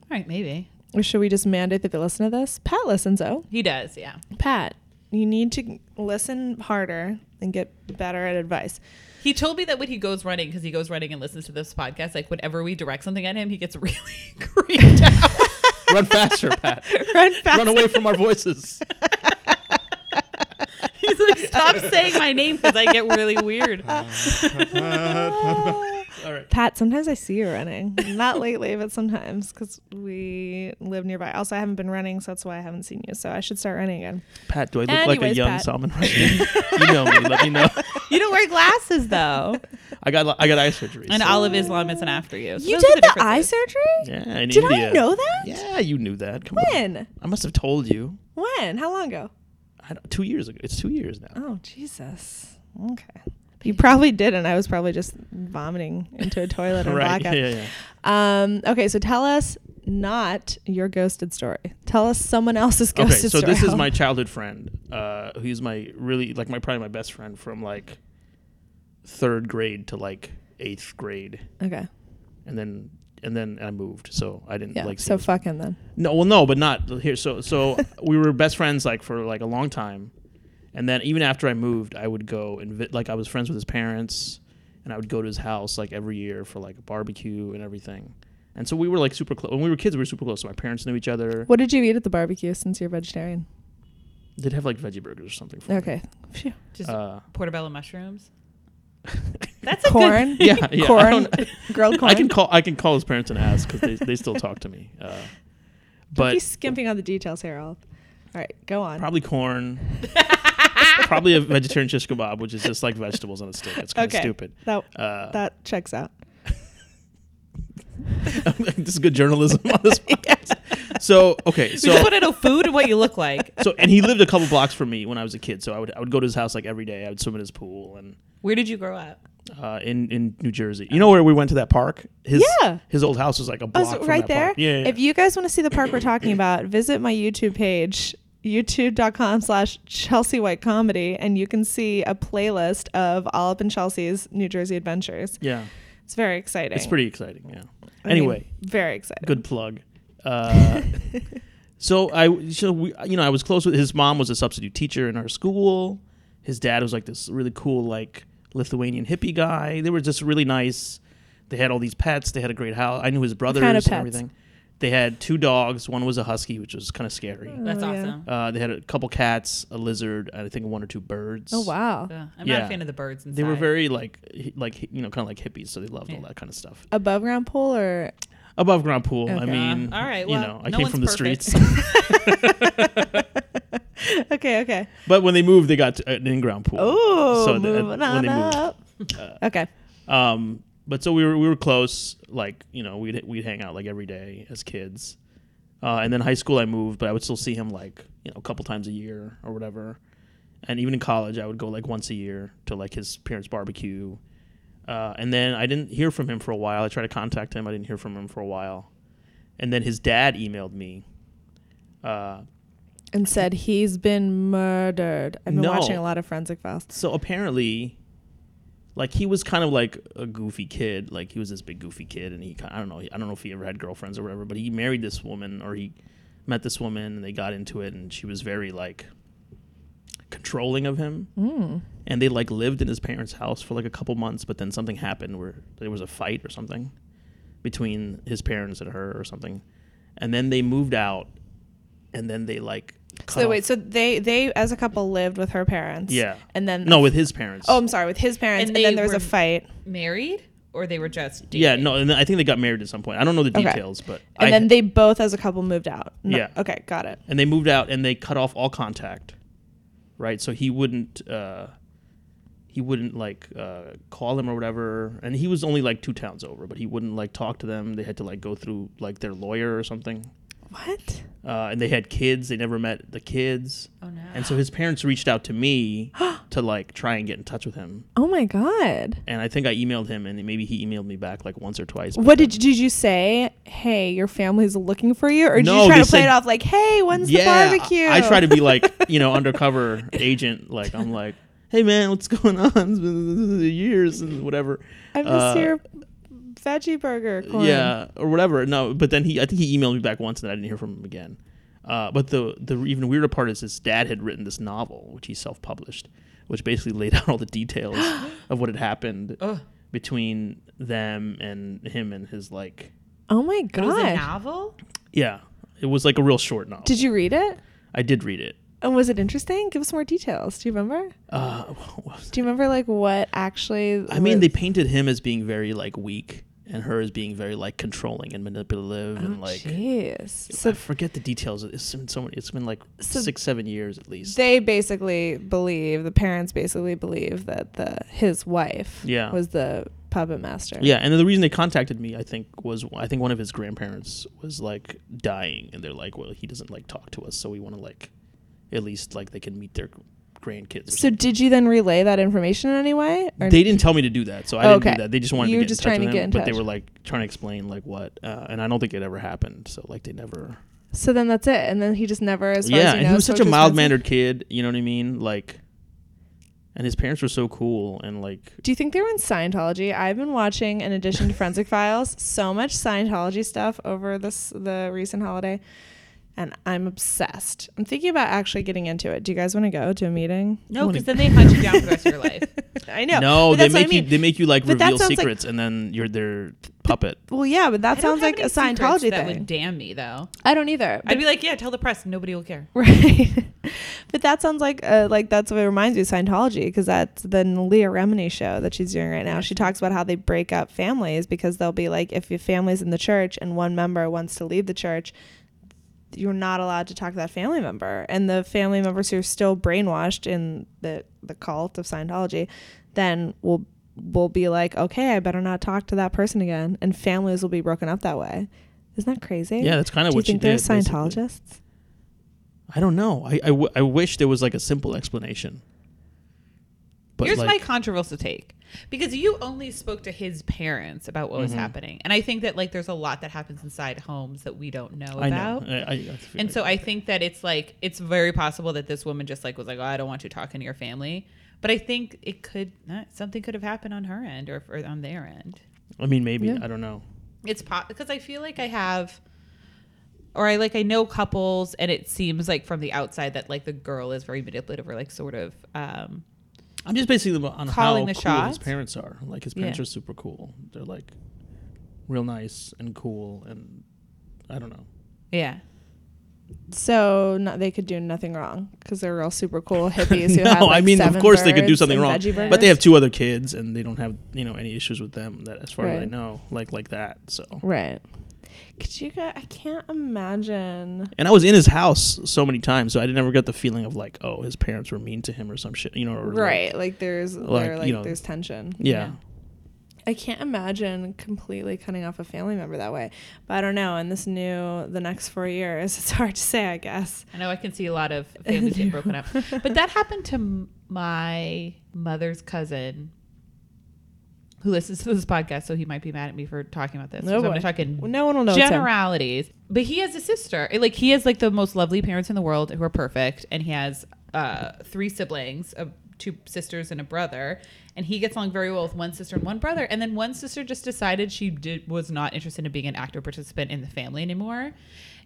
[SPEAKER 2] All right, maybe
[SPEAKER 1] or should we just mandate that they listen to this pat listens oh
[SPEAKER 2] he does. Yeah,
[SPEAKER 1] Pat, you need to listen harder and get better at advice. [laughs]
[SPEAKER 2] he told me that when he goes running, because he goes running and listens to this podcast, like whenever we direct something at him, he gets [laughs] really creeped out.
[SPEAKER 1] [laughs]
[SPEAKER 3] Run faster, Pat.
[SPEAKER 1] Run fast.
[SPEAKER 3] Run away from our voices.
[SPEAKER 2] He's like,
[SPEAKER 1] [laughs]
[SPEAKER 2] stop saying my name because I get really weird.
[SPEAKER 1] Uh-huh. [laughs]
[SPEAKER 3] All right.
[SPEAKER 1] Pat, sometimes I see you running. Not lately, but sometimes because we live nearby. Also, I haven't been running, so that's why I haven't seen you. So I should start running again.
[SPEAKER 3] Pat, do I look like a
[SPEAKER 1] Anyways,
[SPEAKER 3] young
[SPEAKER 1] Pat.
[SPEAKER 3] Salman Rushdie? you know me. Let
[SPEAKER 1] [laughs]
[SPEAKER 3] me know.
[SPEAKER 2] You don't wear glasses though,
[SPEAKER 3] I got I got eye surgery.
[SPEAKER 2] and
[SPEAKER 3] so-
[SPEAKER 2] all of Islam isn't after you. So
[SPEAKER 1] You
[SPEAKER 2] those are
[SPEAKER 1] did the
[SPEAKER 2] differences.
[SPEAKER 1] eye surgery?
[SPEAKER 3] Yeah, in
[SPEAKER 1] Did
[SPEAKER 3] India.
[SPEAKER 1] I know that?
[SPEAKER 3] Yeah, you knew that. Come on.
[SPEAKER 1] When?
[SPEAKER 3] I must have told you.
[SPEAKER 1] When? How long ago?
[SPEAKER 3] I don't, two years ago. It's two years now.
[SPEAKER 1] Oh, Jesus. Okay. You probably didn't. I was probably just vomiting into a toilet
[SPEAKER 3] [laughs]
[SPEAKER 1] and
[SPEAKER 3] right. Yeah,
[SPEAKER 1] blackout.
[SPEAKER 3] yeah,
[SPEAKER 1] [laughs]
[SPEAKER 3] yeah.
[SPEAKER 1] Um, okay, so tell us not your ghosted story. Tell us someone else's
[SPEAKER 3] Okay,
[SPEAKER 1] ghosted
[SPEAKER 3] so
[SPEAKER 1] story.
[SPEAKER 3] this is my childhood friend, uh, who's my really like my probably my best friend from like third grade to like eighth grade,
[SPEAKER 1] [laughs] okay.
[SPEAKER 3] and then and then I moved, so I didn't
[SPEAKER 1] Yeah.
[SPEAKER 3] like. see
[SPEAKER 1] so
[SPEAKER 3] him.
[SPEAKER 1] fuck him then.
[SPEAKER 3] no, well, no, but not here. So so [laughs] we were best friends like for like a long time, and then even after I moved, I would go and vi- like I was friends with his parents, and I would go to his house like every year for like a barbecue and everything. And so we were like super close. When we were kids, we were super close. So my parents knew each other.
[SPEAKER 1] What did you eat at the barbecue since you're vegetarian?
[SPEAKER 3] They'd have like veggie burgers or something. For me.
[SPEAKER 1] Okay. Phew.
[SPEAKER 2] Just
[SPEAKER 3] Uh, [laughs]
[SPEAKER 2] portobello mushrooms. That's a [laughs] good.
[SPEAKER 1] Corn.
[SPEAKER 3] [laughs] yeah, yeah. I
[SPEAKER 1] Corn.
[SPEAKER 3] don't-
[SPEAKER 1] [laughs]
[SPEAKER 3] [laughs]
[SPEAKER 1] Grilled corn.
[SPEAKER 3] I can call I can call his parents and ask because they, they still talk to me. Uh, but
[SPEAKER 1] He's skimping on the details here, Olive. All right, go on.
[SPEAKER 3] probably corn, probably a vegetarian shish kebab, which is just like vegetables on a stick. It's kind of
[SPEAKER 1] okay.
[SPEAKER 3] stupid.
[SPEAKER 1] That
[SPEAKER 3] Uh,
[SPEAKER 1] that checks out.
[SPEAKER 3] [laughs] this is good journalism on
[SPEAKER 1] [laughs]
[SPEAKER 3] this. podcast. So okay,
[SPEAKER 2] We just
[SPEAKER 3] so
[SPEAKER 2] want to know food and what you look like.
[SPEAKER 3] so and he lived a couple blocks from me when I was a kid. So I would I would go to his house like every day. I would swim in his pool and
[SPEAKER 2] Where did you grow up?
[SPEAKER 3] uh, in in New Jersey. You know where we went to that park? His
[SPEAKER 1] Yeah.
[SPEAKER 3] his old house was like a block
[SPEAKER 1] Also,
[SPEAKER 3] from
[SPEAKER 1] right
[SPEAKER 3] that
[SPEAKER 1] there.
[SPEAKER 3] Park. Yeah, yeah,
[SPEAKER 1] If you guys want to see the park we're talking about, visit my YouTube page youtube.com slash chelsea white comedy and you can see a playlist of all up in chelsea's new jersey adventures
[SPEAKER 3] yeah.
[SPEAKER 1] it's very exciting
[SPEAKER 3] It's pretty exciting. Yeah.
[SPEAKER 1] I mean,
[SPEAKER 3] Anyway,
[SPEAKER 1] very exciting
[SPEAKER 3] good plug. Uh, [laughs] So I, so we, you know, I was close with his mom was a substitute teacher in our school. His dad was like this really cool like Lithuanian hippie guy. They were just really nice. They had all these pets. They had a great house. I knew his brothers
[SPEAKER 1] kind of
[SPEAKER 3] and
[SPEAKER 1] pets?
[SPEAKER 3] everything. They had two dogs. One was a husky, which was kind of scary.
[SPEAKER 2] That's
[SPEAKER 1] Oh, yeah.
[SPEAKER 2] awesome.
[SPEAKER 3] Uh, they had a couple cats, a lizard, and I think one or two birds.
[SPEAKER 1] Oh wow.
[SPEAKER 2] Ugh, I'm not
[SPEAKER 3] Yeah.
[SPEAKER 2] a fan of the birds. Inside.
[SPEAKER 3] They were very like, hi- like hi- you know, kind of like hippies, so they loved all
[SPEAKER 2] Yeah.
[SPEAKER 3] that kind of stuff.
[SPEAKER 1] Above ground pool or
[SPEAKER 3] Above ground pool. I
[SPEAKER 1] Okay.
[SPEAKER 3] mean,
[SPEAKER 2] Oh, all right.
[SPEAKER 3] you
[SPEAKER 2] Well,
[SPEAKER 3] know, I
[SPEAKER 2] no
[SPEAKER 3] came
[SPEAKER 2] one's
[SPEAKER 3] from the
[SPEAKER 2] perfect.
[SPEAKER 3] streets.
[SPEAKER 1] okay, okay.
[SPEAKER 3] but when they moved, they got to an in-ground pool.
[SPEAKER 1] Oh,
[SPEAKER 3] So the-
[SPEAKER 1] moving
[SPEAKER 3] when
[SPEAKER 1] on
[SPEAKER 3] they moved. Uh,
[SPEAKER 1] up. okay.
[SPEAKER 3] Um, but so we were we were close. Like you know, we'd we'd hang out like every day as kids. Uh, and then high school, I moved, but I would still see him like you know a couple times a year or whatever. And even in college, I would go like once a year to like his parents' barbecue. Uh, and then I didn't hear from him for a while. I tried to contact him. I didn't hear from him for a while. And then his dad emailed me. Uh,
[SPEAKER 1] And said he's been murdered. I've been
[SPEAKER 3] No.
[SPEAKER 1] watching a lot of forensic files.
[SPEAKER 3] so apparently like he was kind of like a goofy kid like he was this big goofy kid and he kind i don't know i don't know if he ever had girlfriends or whatever but he married this woman or he met this woman and they got into it and she was very like controlling of him
[SPEAKER 1] Mm.
[SPEAKER 3] and they like lived in his parents house for like a couple months but then something happened where there was a fight or something between his parents and her or something and then they moved out and then they like cut
[SPEAKER 1] So
[SPEAKER 3] off-
[SPEAKER 1] wait, so they they as a couple lived with her parents.
[SPEAKER 3] yeah
[SPEAKER 1] And then
[SPEAKER 3] no with his parents
[SPEAKER 1] Oh, I'm sorry, with his parents,
[SPEAKER 2] And
[SPEAKER 1] and,
[SPEAKER 2] they
[SPEAKER 1] then there was
[SPEAKER 2] were-
[SPEAKER 1] a fight,
[SPEAKER 2] [laughs] married, or they were just dating?
[SPEAKER 3] Yeah, no, and I think they got married at some point. I don't know the
[SPEAKER 1] Okay.
[SPEAKER 3] details, but
[SPEAKER 1] and
[SPEAKER 3] I,
[SPEAKER 1] then they both, as a couple, moved out. No-
[SPEAKER 3] Yeah.
[SPEAKER 1] Okay, got it.
[SPEAKER 3] and they moved out and they cut off all contact, right? So he wouldn't, uh, he wouldn't like uh, call him or whatever, and he was only like two towns over, but he wouldn't like talk to them. They had to like go through like their lawyer or something,
[SPEAKER 1] What?
[SPEAKER 3] uh, and they had kids. They never met the kids,
[SPEAKER 2] Oh no.
[SPEAKER 3] and so his parents reached out to
[SPEAKER 1] [gasps]
[SPEAKER 3] me to like try and get in touch with him.
[SPEAKER 1] Oh my god.
[SPEAKER 3] And I think I emailed him, and maybe he emailed me back like once or twice. but
[SPEAKER 1] What did you, did you say? Hey, your family's looking for you, or did
[SPEAKER 3] No,
[SPEAKER 1] you try
[SPEAKER 3] they
[SPEAKER 1] to play
[SPEAKER 3] said-
[SPEAKER 1] it off like, "Hey, when's the barbecue?"
[SPEAKER 3] I, I try to be like, you know, undercover agent. Like I'm like, hey man, what's going on? It's been years and whatever.
[SPEAKER 1] I miss
[SPEAKER 3] uh,
[SPEAKER 1] your veggie burger. Corn.
[SPEAKER 3] Yeah, or whatever. No, but then he, I think he emailed me back once, and I didn't hear from him again. Uh, but the the even weirder part is his dad had written this novel, which he self published, which basically laid [laughs] out all
[SPEAKER 1] [gasps]
[SPEAKER 3] the details of what had happened
[SPEAKER 2] Ugh.
[SPEAKER 3] between them and him and his like.
[SPEAKER 1] Oh my
[SPEAKER 2] It was a
[SPEAKER 1] god.
[SPEAKER 2] novel.
[SPEAKER 3] Yeah, it was like a real short novel.
[SPEAKER 1] Did you read it?
[SPEAKER 3] I did read it.
[SPEAKER 1] And was it interesting? Give us more details. Do you remember?
[SPEAKER 3] Uh, [laughs] what was
[SPEAKER 1] Do you remember like what actually?
[SPEAKER 3] I mean, they
[SPEAKER 1] was- Oh,
[SPEAKER 3] painted him as being very like weak, and her as being very like controlling and manipulative,
[SPEAKER 1] Oh,
[SPEAKER 3] and like
[SPEAKER 1] Jeez.
[SPEAKER 3] so
[SPEAKER 1] So
[SPEAKER 3] I forget the details. It's been so many, it's been like
[SPEAKER 1] So-
[SPEAKER 3] six, seven years at least.
[SPEAKER 1] they basically believe the parents basically believe that the his wife
[SPEAKER 3] Yeah.
[SPEAKER 1] was the puppet master.
[SPEAKER 3] yeah, and the reason they contacted me, I think, was I think one of his grandparents was like dying, and they're like, well, he doesn't like talk to us, so we want to like at least like they can meet their grandkids. or
[SPEAKER 1] So did you then relay that information in any way? Or
[SPEAKER 3] they didn't tell me to do that, so I didn't
[SPEAKER 1] Okay.
[SPEAKER 3] do that. They just wanted
[SPEAKER 1] You
[SPEAKER 3] to
[SPEAKER 1] were
[SPEAKER 3] get
[SPEAKER 1] just
[SPEAKER 3] in touch
[SPEAKER 1] trying
[SPEAKER 3] with
[SPEAKER 1] to get
[SPEAKER 3] him,
[SPEAKER 1] in
[SPEAKER 3] but they
[SPEAKER 1] touch.
[SPEAKER 3] were like trying to explain like what, uh, and I don't think it ever happened. So like they never.
[SPEAKER 1] so then that's it, and then he just never. As far
[SPEAKER 3] yeah,
[SPEAKER 1] as you
[SPEAKER 3] and
[SPEAKER 1] know,
[SPEAKER 3] he was
[SPEAKER 1] spoke
[SPEAKER 3] such a
[SPEAKER 1] to his
[SPEAKER 3] mild
[SPEAKER 1] parents?
[SPEAKER 3] mannered kid. You know what I mean? Like, and his parents were so cool and like.
[SPEAKER 1] Do you think they were in Scientology? I've been watching, in addition to Forensic Files, so much Scientology stuff over this the recent holiday, and I'm obsessed. I'm thinking about actually getting into it. Do you guys want to go to a meeting?
[SPEAKER 2] No,
[SPEAKER 3] wanna-
[SPEAKER 2] because then they hunt you down for the rest
[SPEAKER 1] [laughs]
[SPEAKER 2] of your life.
[SPEAKER 1] I know.
[SPEAKER 3] no,
[SPEAKER 1] but
[SPEAKER 3] they
[SPEAKER 1] that's what
[SPEAKER 3] make
[SPEAKER 1] I mean.
[SPEAKER 3] you. They make you like
[SPEAKER 1] But that
[SPEAKER 3] reveal
[SPEAKER 1] sounds like-
[SPEAKER 3] secrets, and then you're their puppet.
[SPEAKER 1] Well, yeah, but that
[SPEAKER 2] I don't
[SPEAKER 1] sounds
[SPEAKER 2] have
[SPEAKER 1] like a
[SPEAKER 2] any secrets
[SPEAKER 1] Scientology
[SPEAKER 2] That
[SPEAKER 1] thing.
[SPEAKER 2] would damn me though.
[SPEAKER 1] I don't either.
[SPEAKER 2] I'd be like, yeah, tell the press, nobody will care.
[SPEAKER 1] [laughs] Right. but that sounds like uh, like that's what it reminds me of Scientology because that's the Leah Remini show that she's doing right now. She talks about how they break up families because they'll be like if your family's in the church and one member wants to leave the church, you're not allowed to talk to that family member and the family members who are still brainwashed in the the cult of Scientology then will will be like, "Okay, I better not talk to that person again." And families will be broken up that way. Isn't that crazy?
[SPEAKER 3] Yeah, that's kind
[SPEAKER 1] Do
[SPEAKER 3] of
[SPEAKER 1] you
[SPEAKER 3] what
[SPEAKER 1] think
[SPEAKER 3] she
[SPEAKER 1] they're
[SPEAKER 3] did. basically.
[SPEAKER 1] Scientologists?
[SPEAKER 3] I don't know. I, I, w- I wish there was like a simple explanation. But
[SPEAKER 2] Here's
[SPEAKER 3] like,
[SPEAKER 2] my controversial take because you only spoke to his parents about what was
[SPEAKER 3] Mm-hmm.
[SPEAKER 2] happening, and I think that like there's a lot that happens inside homes that we don't know
[SPEAKER 3] I
[SPEAKER 2] about.
[SPEAKER 3] [laughs] know. I, I, I feel
[SPEAKER 2] And
[SPEAKER 3] like-
[SPEAKER 2] so I think that it's like it's very possible that this woman just like was like, oh, I don't want you talking to your family. But I think it could not, something could have happened on her end or, or on their end.
[SPEAKER 3] I mean, maybe
[SPEAKER 1] Yeah.
[SPEAKER 3] I don't know.
[SPEAKER 2] It's because I feel like I have or I like I know couples and it seems like from the outside that like the girl is very manipulative or like sort of um
[SPEAKER 3] I'm just basically about- on
[SPEAKER 2] Calling the
[SPEAKER 3] how cool
[SPEAKER 2] shots.
[SPEAKER 3] his parents are. Like his parents
[SPEAKER 2] Yeah.
[SPEAKER 3] are super cool. They're like real nice and cool, and I don't know.
[SPEAKER 2] yeah.
[SPEAKER 1] So no, they could do nothing wrong because they're all super
[SPEAKER 3] [laughs]
[SPEAKER 1] cool hippies who
[SPEAKER 3] no,
[SPEAKER 1] have. Like,
[SPEAKER 3] I mean, of
[SPEAKER 1] seven
[SPEAKER 3] course they could do
[SPEAKER 1] birds
[SPEAKER 3] something
[SPEAKER 1] and
[SPEAKER 3] wrong,
[SPEAKER 1] veggie
[SPEAKER 3] but
[SPEAKER 1] burgers.
[SPEAKER 3] they have two other kids, and they don't have you know any issues with them that, as far as I
[SPEAKER 1] Right.
[SPEAKER 3] know, like like that. So,
[SPEAKER 1] right. Could you? Go, I can't imagine.
[SPEAKER 3] and I was in his house so many times, so I never got the feeling of like, oh, his parents were mean to him or some shit, you know? Or like-
[SPEAKER 1] Right, like there's
[SPEAKER 3] like,
[SPEAKER 1] there,
[SPEAKER 3] you
[SPEAKER 1] like
[SPEAKER 3] know-
[SPEAKER 1] there's tension.
[SPEAKER 3] yeah.
[SPEAKER 1] I can't imagine completely cutting off a family member that way. But I don't know. In this new, the next four years, [laughs] it's hard to say. I guess.
[SPEAKER 2] I know I can see a lot of
[SPEAKER 1] [laughs]
[SPEAKER 2] families get broken up. But that happened to m- my mother's cousin who listens to this podcast, so he might be mad at me for talking about this. 'cause
[SPEAKER 1] No
[SPEAKER 2] I'm going
[SPEAKER 1] way.
[SPEAKER 2] to talk in
[SPEAKER 1] Well, no one will know. it's him.
[SPEAKER 2] generalities. But he has a sister. It- Like he has like the most lovely parents in the world who are perfect, and he has uh, three siblings, uh, two sisters and a brother. And he gets along very well with one sister and one brother. And then one sister just decided she did was not interested in being an active participant in the family anymore,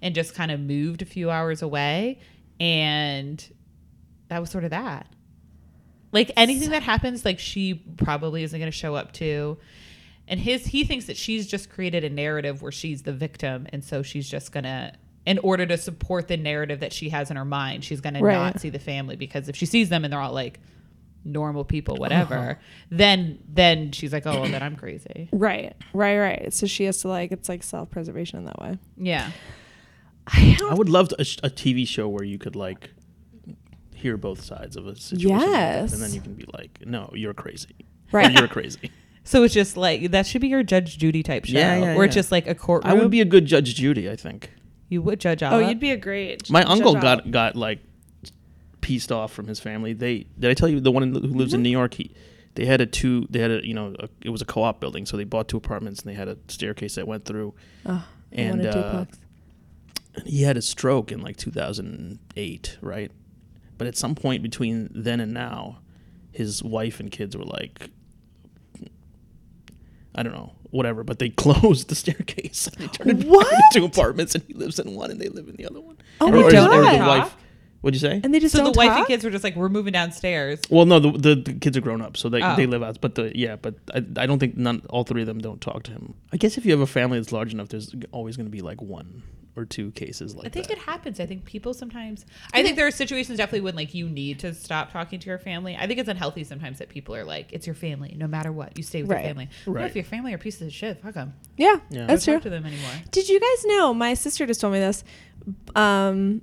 [SPEAKER 2] and just kind of moved a few hours away. And that was sort of that. Like anything that happens, like she probably isn't going to show up to. And his he thinks that she's just created a narrative where she's the victim, and so she's just gonna, in order to support the narrative that she has in her mind, she's gonna
[SPEAKER 1] Right.
[SPEAKER 2] not see the family because if she sees them and they're all like normal people, whatever, then then she's like, oh, well, then I'm crazy.
[SPEAKER 1] Right, right, right. So she has to like it's like self preservation in that way.
[SPEAKER 2] Yeah,
[SPEAKER 1] I
[SPEAKER 3] I would love to, a, sh- a TV show where you could like hear both sides of a situation, like that,
[SPEAKER 1] Yes.
[SPEAKER 3] and then you can be like, no, you're crazy, Or
[SPEAKER 1] Right. [laughs]
[SPEAKER 3] you're crazy.
[SPEAKER 2] so it's just like that should be your Judge Judy type show,
[SPEAKER 3] Yeah, yeah,
[SPEAKER 2] or
[SPEAKER 3] yeah.
[SPEAKER 2] just like a courtroom.
[SPEAKER 3] I would be a good Judge Judy, I think.
[SPEAKER 2] you would judge.
[SPEAKER 1] Oh,
[SPEAKER 2] Olive.
[SPEAKER 1] you'd be a great.
[SPEAKER 3] My
[SPEAKER 1] judge
[SPEAKER 3] uncle
[SPEAKER 1] out.
[SPEAKER 3] got got like pieced off from his family. They did I tell you the one in, who lives in New York? He they had a two. They had a you know a, it was a co op building, so they bought two apartments and they had a staircase that went through.
[SPEAKER 1] Oh, I
[SPEAKER 3] and
[SPEAKER 1] wanted
[SPEAKER 3] uh,
[SPEAKER 1] duplex.
[SPEAKER 3] he had a stroke in like 2008, right? But at some point between then and now, his wife and kids were like, I don't know, whatever. But they [laughs] closed the staircase. And they turned it back into two apartments, and he lives in one, and they live in the other one.
[SPEAKER 1] Oh
[SPEAKER 2] my
[SPEAKER 3] his- or the
[SPEAKER 2] God.
[SPEAKER 3] wife. What'd you say?
[SPEAKER 1] and they just
[SPEAKER 2] so the
[SPEAKER 1] don't
[SPEAKER 2] wife and
[SPEAKER 1] talk?
[SPEAKER 2] kids were just like, we're moving downstairs.
[SPEAKER 3] Well, no, the, the, the kids are grown up, so they,
[SPEAKER 2] Oh.
[SPEAKER 3] they live out. But the yeah, but I, I don't think none all three of them don't talk to him. I guess if you have a family that's large enough, there's always going to be like one or two cases like
[SPEAKER 2] I think
[SPEAKER 3] that.
[SPEAKER 2] it happens. I think people sometimes. I think there are situations definitely when like you need to stop talking to your family. I think it's unhealthy sometimes that people are like, "It's your family, no matter what. You stay with
[SPEAKER 1] Right.
[SPEAKER 2] your family. What
[SPEAKER 3] Right.
[SPEAKER 2] if your family are pieces of shit? Fuck them.
[SPEAKER 1] Yeah,
[SPEAKER 3] Yeah.
[SPEAKER 1] that's true.
[SPEAKER 2] Don't talk to them anymore."
[SPEAKER 1] Did you guys know? My sister just told me this. Um,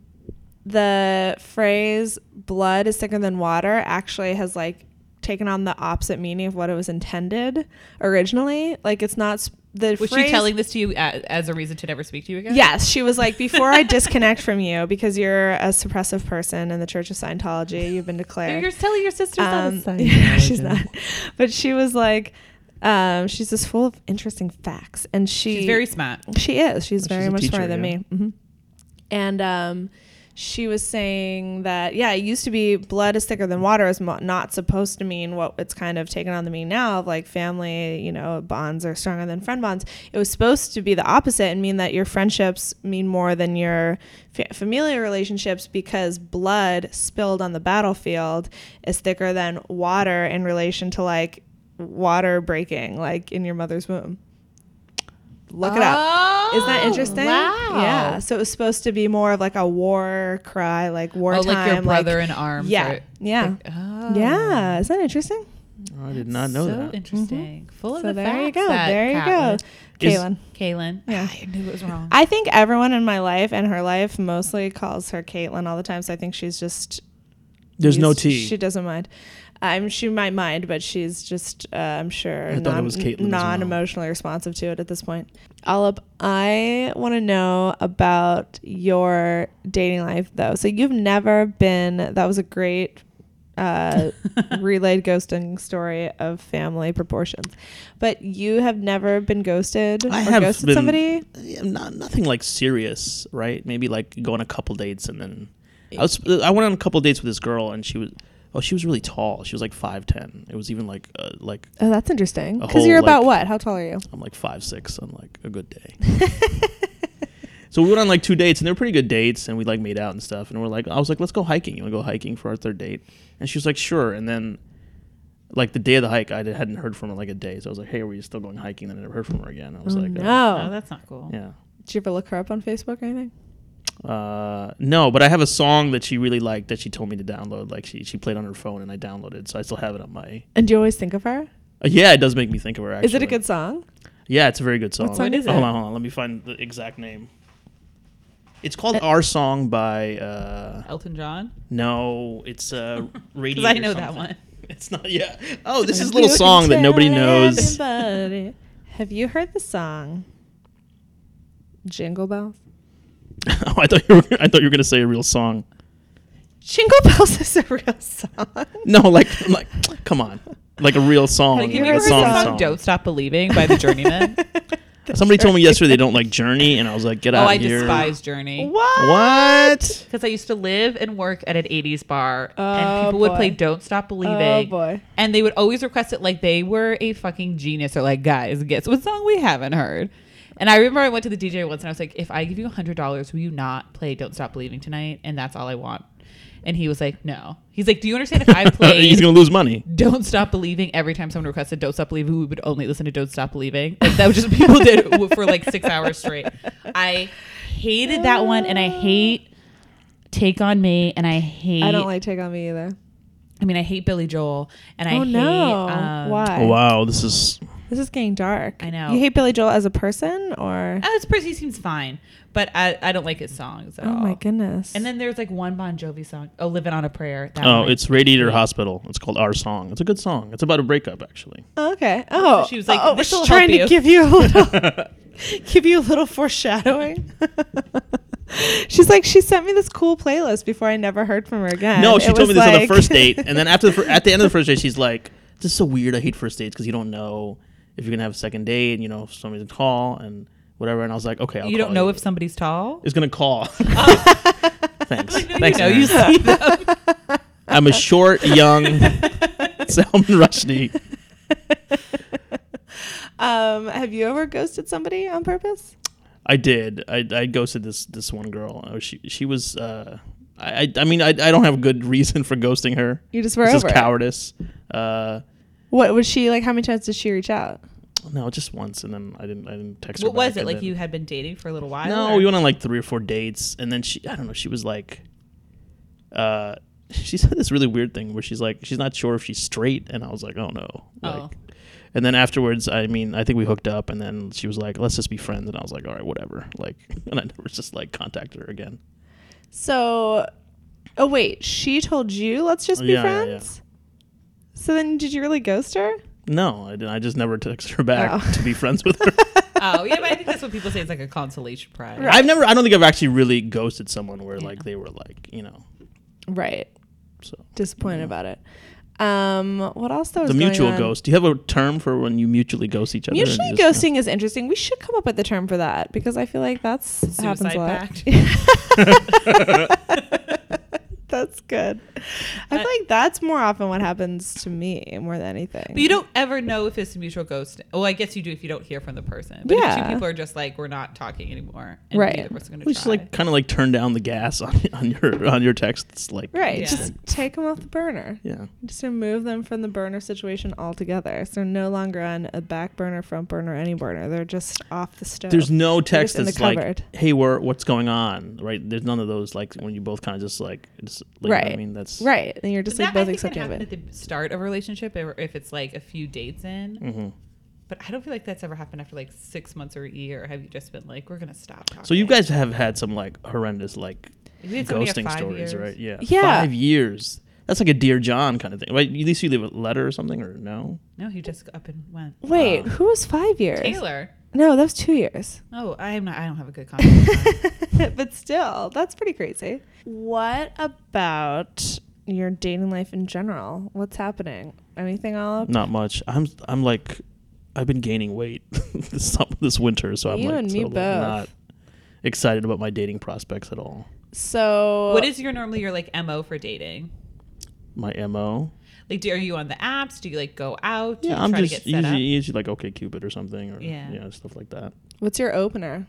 [SPEAKER 1] the phrase "blood is thicker than water" actually has like taken on the opposite meaning of what it was intended originally. Like it's not s- the
[SPEAKER 2] Was
[SPEAKER 1] phrase.
[SPEAKER 2] she telling this to you as, as a reason to never speak to you again?
[SPEAKER 1] Yes, she was like, before
[SPEAKER 2] [laughs]
[SPEAKER 1] I disconnect from you because you're a suppressive person in the Church of Scientology, you've been declared.
[SPEAKER 2] You're telling your sister's not a
[SPEAKER 1] Um, [laughs]
[SPEAKER 2] sign.
[SPEAKER 1] yeah, she's not. But she was like, um, she's just full of interesting facts, and she
[SPEAKER 2] She's very smart.
[SPEAKER 1] she is. She's
[SPEAKER 3] She's
[SPEAKER 1] very
[SPEAKER 3] a
[SPEAKER 1] much smarter
[SPEAKER 3] teacher,
[SPEAKER 1] than
[SPEAKER 3] yeah.
[SPEAKER 1] me. hmm And um, she was saying that yeah, it used to be blood is thicker than water is mo- not supposed to mean what it's kind of taken on the meaning now of like family, you know, bonds are stronger than friend bonds. It was supposed to be the opposite and mean that your friendships mean more than your fa- familial relationships because blood spilled on the battlefield is thicker than water in relation to like water breaking like in your mother's womb. Look it up. Isn't that interesting?
[SPEAKER 2] Oh, Wow.
[SPEAKER 1] Yeah. So it was supposed to be more of like a war cry, like
[SPEAKER 2] Oh,
[SPEAKER 1] wartime.
[SPEAKER 2] like your brother in arms.
[SPEAKER 1] yeah.
[SPEAKER 2] are-
[SPEAKER 1] yeah.
[SPEAKER 2] like- oh.
[SPEAKER 1] yeah. Isn't that interesting?
[SPEAKER 3] I did not know
[SPEAKER 2] so
[SPEAKER 3] that. Mm-hmm.
[SPEAKER 2] interesting. Full of
[SPEAKER 1] So
[SPEAKER 2] the
[SPEAKER 1] there you
[SPEAKER 2] facts
[SPEAKER 1] go.
[SPEAKER 2] that
[SPEAKER 1] There you
[SPEAKER 2] Catelyn-
[SPEAKER 1] go.
[SPEAKER 3] Is-
[SPEAKER 1] Caitlin.
[SPEAKER 2] Kaylin.
[SPEAKER 1] Yeah.
[SPEAKER 2] I knew it was wrong.
[SPEAKER 1] I think everyone in my life and her life mostly calls her Caitlin all the time. So I think she's just.
[SPEAKER 3] There's no
[SPEAKER 1] used-
[SPEAKER 3] T.
[SPEAKER 1] She doesn't mind. I'm she might mind, but she's just uh, I'm sure
[SPEAKER 3] I thought it was Caitlyn as well.
[SPEAKER 1] non-emotionally responsive to it at this point. Olive, I want to know about your dating life though. So you've never been. That was a great
[SPEAKER 3] [laughs]
[SPEAKER 1] uh, relayed ghosting story of family proportions, but you have never been ghosted
[SPEAKER 3] I
[SPEAKER 1] or
[SPEAKER 3] have
[SPEAKER 1] ghosted
[SPEAKER 3] been-
[SPEAKER 1] somebody.
[SPEAKER 3] Yeah, not nothing like serious, right? Maybe like go on a couple dates and then I was I went on a couple dates with this girl and she was oh she was really tall. She was like five ten. It was even like uh, like
[SPEAKER 1] Oh, that's interesting.
[SPEAKER 3] A
[SPEAKER 1] Because
[SPEAKER 3] whole,
[SPEAKER 1] you're about
[SPEAKER 3] like-
[SPEAKER 1] what? How tall are you? [laughs]
[SPEAKER 3] I'm like five six on like a good day. So we went on like two dates, and they were pretty good dates, and we like made out and stuff. And we're like, I was like, let's go hiking. You want to go hiking for our third date? And she was like, sure. And then, like the day of the hike, I hadn't heard from her in, like a day. So I was like, hey, are we still going hiking? Then I never heard from her again. I was
[SPEAKER 1] Oh,
[SPEAKER 3] like, uh,
[SPEAKER 1] no.
[SPEAKER 2] Oh, that's not cool.
[SPEAKER 3] yeah.
[SPEAKER 1] Did you ever look her up on Facebook or anything?
[SPEAKER 3] Uh, no, but I have a song that she really liked that she told me to download. Like she, she played on her phone, and I downloaded, so I still have it on my.
[SPEAKER 1] And do you always think of her?
[SPEAKER 3] Uh, yeah, it does make me think of her. Actually,
[SPEAKER 1] Is it a good song?
[SPEAKER 3] Yeah, it's a very good song.
[SPEAKER 1] What song is
[SPEAKER 3] Hold
[SPEAKER 1] it?
[SPEAKER 3] on, hold on. Let me find the exact name. It's
[SPEAKER 2] Uh,
[SPEAKER 3] called Our Song by uh
[SPEAKER 2] Elton John.
[SPEAKER 3] no,
[SPEAKER 2] [laughs]
[SPEAKER 3] it's uh
[SPEAKER 2] Because
[SPEAKER 3] Radio.
[SPEAKER 2] I
[SPEAKER 3] or
[SPEAKER 2] know that
[SPEAKER 3] something.
[SPEAKER 2] one.
[SPEAKER 3] [laughs] It's not yeah. Oh,
[SPEAKER 1] [laughs]
[SPEAKER 2] [laughs]
[SPEAKER 3] this is a little song that nobody knows.
[SPEAKER 1] Everybody. Have you heard the song Jingle Bells?
[SPEAKER 3] [laughs] oh, I thought you were I thought you were going to say a real song.
[SPEAKER 1] Jingle Bells [laughs] is a real song.
[SPEAKER 3] No, like like come on. Like a real song.
[SPEAKER 2] Like, have you
[SPEAKER 3] like
[SPEAKER 2] ever
[SPEAKER 3] a
[SPEAKER 2] heard the song,
[SPEAKER 3] song.
[SPEAKER 2] "Don't Stop Believing" by
[SPEAKER 1] [laughs]
[SPEAKER 2] the Journeyman?
[SPEAKER 3] Somebody told me yesterday they don't like Journey and I was like get
[SPEAKER 2] oh,
[SPEAKER 3] out
[SPEAKER 2] I
[SPEAKER 3] of here.
[SPEAKER 2] despise Journey.
[SPEAKER 1] What?
[SPEAKER 3] What?
[SPEAKER 2] Because I used to live and work at an 80s bar,
[SPEAKER 1] Oh,
[SPEAKER 2] and people would
[SPEAKER 1] boy.
[SPEAKER 2] play "Don't Stop Believing."
[SPEAKER 1] Oh boy.
[SPEAKER 2] And they would always request it like they were a fucking genius. Or like, guys, guess what song we haven't heard? And I remember I went to the DJ once and I was like, if I give you $100, will you not play Don't Stop Believing tonight? And that's all I want. And he was like, no. He's like, do you understand if
[SPEAKER 1] [laughs]
[SPEAKER 2] I
[SPEAKER 3] [laughs] He's
[SPEAKER 2] played
[SPEAKER 3] going to lose money.
[SPEAKER 2] Don't Stop Believing every time someone requested Don't Stop Believing, we would only listen to Don't Stop Believing? Like, that was just what people did [laughs] for like six hours straight. I hated that one and I hate Take On Me and I hate.
[SPEAKER 1] I don't like Take On Me either.
[SPEAKER 2] I mean, I hate Billy Joel and I
[SPEAKER 1] oh
[SPEAKER 2] hate.
[SPEAKER 1] no.
[SPEAKER 2] um,
[SPEAKER 1] Why?
[SPEAKER 3] Oh, wow, this is
[SPEAKER 1] This is getting dark.
[SPEAKER 2] I know.
[SPEAKER 1] You hate Billy Joel as a person or
[SPEAKER 2] Oh, it's pretty. He seems fine, but I, I don't like his songs at
[SPEAKER 1] Oh
[SPEAKER 2] all.
[SPEAKER 1] my goodness.
[SPEAKER 2] And then there's like one Bon Jovi song, "Oh, Living on a Prayer." That
[SPEAKER 3] Oh,
[SPEAKER 2] one.
[SPEAKER 3] it's Radiator Hospital. It's called Our Song. It's a good song. It's about a breakup, actually.
[SPEAKER 1] Oh, okay. Oh,
[SPEAKER 2] she was like,
[SPEAKER 1] oh,
[SPEAKER 2] "This'll
[SPEAKER 1] she's trying
[SPEAKER 2] help
[SPEAKER 1] to
[SPEAKER 2] you."
[SPEAKER 1] give you a little,
[SPEAKER 3] [laughs]
[SPEAKER 1] give you a little foreshadowing. [laughs] she's like, she sent me this cool playlist before I never heard from her again.
[SPEAKER 3] no, she
[SPEAKER 1] It was
[SPEAKER 3] told me this on the
[SPEAKER 1] like- [laughs]
[SPEAKER 3] first date, and then after the fir- at the end of the first date, she's like, "This is so weird. I hate first dates because you don't know if you're gonna have a second date, and you know if somebody's gonna call and whatever." And I was like, "Okay, I'll
[SPEAKER 2] you don't
[SPEAKER 3] call
[SPEAKER 2] know if somebody's tall.
[SPEAKER 3] [laughs] is
[SPEAKER 2] [laughs]
[SPEAKER 3] gonna call." [laughs] Thanks.
[SPEAKER 2] No,
[SPEAKER 3] Thanks.
[SPEAKER 2] you know,
[SPEAKER 3] Aaron.
[SPEAKER 2] you see
[SPEAKER 3] [laughs]
[SPEAKER 2] them. [laughs]
[SPEAKER 3] I'm a short, young Salman Rushdie.
[SPEAKER 1] um, have you ever ghosted somebody on purpose?
[SPEAKER 3] I did. I, I ghosted this this one girl. Oh, she she was. Uh, I I- I mean I I don't have a good reason for ghosting her.
[SPEAKER 1] You just were
[SPEAKER 3] this
[SPEAKER 1] over.
[SPEAKER 3] is
[SPEAKER 1] it.
[SPEAKER 3] cowardice. Uh,
[SPEAKER 1] What was she like? How many times did she reach out?
[SPEAKER 3] No, just once, and then I didn't. I didn't text her.
[SPEAKER 2] what was
[SPEAKER 3] back,
[SPEAKER 2] it
[SPEAKER 3] and
[SPEAKER 2] like?
[SPEAKER 3] then-
[SPEAKER 2] You had been dating for a little while.
[SPEAKER 3] No,
[SPEAKER 2] or-
[SPEAKER 3] we went on like three or four dates, and then she. I don't know. She was like, uh, [laughs] she said this really weird thing where she's like, she's not sure if she's straight, and I was like, oh no. Like,
[SPEAKER 2] Oh.
[SPEAKER 3] And then afterwards, I mean, I think we hooked up, and then she was like, let's just be friends, and I was like, all right, whatever. Like, [laughs] and I never just like contacted her again.
[SPEAKER 1] So, oh wait, she told you let's just be
[SPEAKER 3] Oh, Yeah, yeah, yeah.
[SPEAKER 1] friends. So then, did you really ghost her?
[SPEAKER 3] No, I didn't. I just never texted her back
[SPEAKER 1] Oh.
[SPEAKER 3] to be friends with her.
[SPEAKER 2] Oh, yeah, but I think that's what people say. It's like a consolation prize.
[SPEAKER 3] I've never. I don't think I've actually really ghosted someone where like they were like, you know,
[SPEAKER 1] Right.
[SPEAKER 3] so.
[SPEAKER 1] Disappointed about it. Um, what else? That was
[SPEAKER 3] the
[SPEAKER 1] going
[SPEAKER 3] mutual
[SPEAKER 1] on?
[SPEAKER 3] ghost. Do you have a term for when you mutually ghost each other? and
[SPEAKER 1] Mutually
[SPEAKER 3] you just-
[SPEAKER 1] ghosting is interesting. We should come up with a term for that because I feel like that's happens
[SPEAKER 2] Suicide
[SPEAKER 1] a lot.
[SPEAKER 2] pact.
[SPEAKER 1] [laughs] That's good. I feel like that's more often what happens to me more than anything.
[SPEAKER 2] But you don't ever know if it's a mutual ghost. Well, I guess you do if you don't hear from the person. But if
[SPEAKER 1] Yeah.
[SPEAKER 2] two people are just like, we're not talking anymore. And
[SPEAKER 1] Right.
[SPEAKER 2] Neither of us are gonna
[SPEAKER 3] We just
[SPEAKER 2] try.
[SPEAKER 3] like kind of like turn down the gas on, [laughs] on your on your texts, like
[SPEAKER 1] right.
[SPEAKER 2] Yeah.
[SPEAKER 1] Just take them off the burner.
[SPEAKER 3] yeah.
[SPEAKER 1] Just remove them from the burner situation altogether. So they're no longer on a back burner, front burner, any burner. They're just off the stove.
[SPEAKER 3] There's no text
[SPEAKER 1] just in the
[SPEAKER 3] that's like,
[SPEAKER 1] cupboard.
[SPEAKER 3] "Hey, we're what's going on?" Right? There's none of those like when you both kind of just like, just, like, you know what I
[SPEAKER 1] Right.
[SPEAKER 3] mean, that's
[SPEAKER 1] right. And you're just
[SPEAKER 2] But
[SPEAKER 1] like
[SPEAKER 2] that, I
[SPEAKER 1] both
[SPEAKER 2] think, can
[SPEAKER 1] accepting of
[SPEAKER 2] happen
[SPEAKER 1] it.
[SPEAKER 2] at the start of a relationship or if it's like a few dates in.
[SPEAKER 3] Mhm.
[SPEAKER 2] But I don't feel like that's ever happened after like six months or a year. Have you just been like, we're gonna stop talking?
[SPEAKER 3] So you guys have had some like horrendous like
[SPEAKER 2] You had somebody at
[SPEAKER 3] ghosting
[SPEAKER 2] five
[SPEAKER 3] stories,
[SPEAKER 2] years.
[SPEAKER 3] right? Yeah,
[SPEAKER 1] Yeah.
[SPEAKER 3] Five years. That's like a dear John kind of thing, right? At least you leave a letter or something, or no?
[SPEAKER 2] No, he just up and went.
[SPEAKER 1] Wait,
[SPEAKER 3] Wow.
[SPEAKER 1] who was five years?
[SPEAKER 2] uh, Taylor.
[SPEAKER 1] No, that was two years.
[SPEAKER 2] Oh, I am not. I don't have a good
[SPEAKER 1] [laughs]
[SPEAKER 2] contact.
[SPEAKER 1] but still, that's pretty crazy. What about your dating life in general? What's happening? Anything all up?
[SPEAKER 3] Not much. I'm I'm like I've been gaining weight [laughs] this summer, this winter, so I'm
[SPEAKER 1] You
[SPEAKER 3] like
[SPEAKER 1] and me
[SPEAKER 3] totally
[SPEAKER 1] both.
[SPEAKER 3] not excited about my dating prospects at all.
[SPEAKER 1] So
[SPEAKER 2] what is your normally your like mo for dating?
[SPEAKER 3] My mo.
[SPEAKER 2] Like, do, are you on the apps? Do you like go out? Do
[SPEAKER 3] Yeah,
[SPEAKER 2] you
[SPEAKER 3] I'm
[SPEAKER 2] try
[SPEAKER 3] just
[SPEAKER 2] to get set
[SPEAKER 3] usually,
[SPEAKER 2] up?
[SPEAKER 3] usually like okay Cupid or something or yeah.
[SPEAKER 2] Yeah.
[SPEAKER 3] stuff like that.
[SPEAKER 1] what's your opener?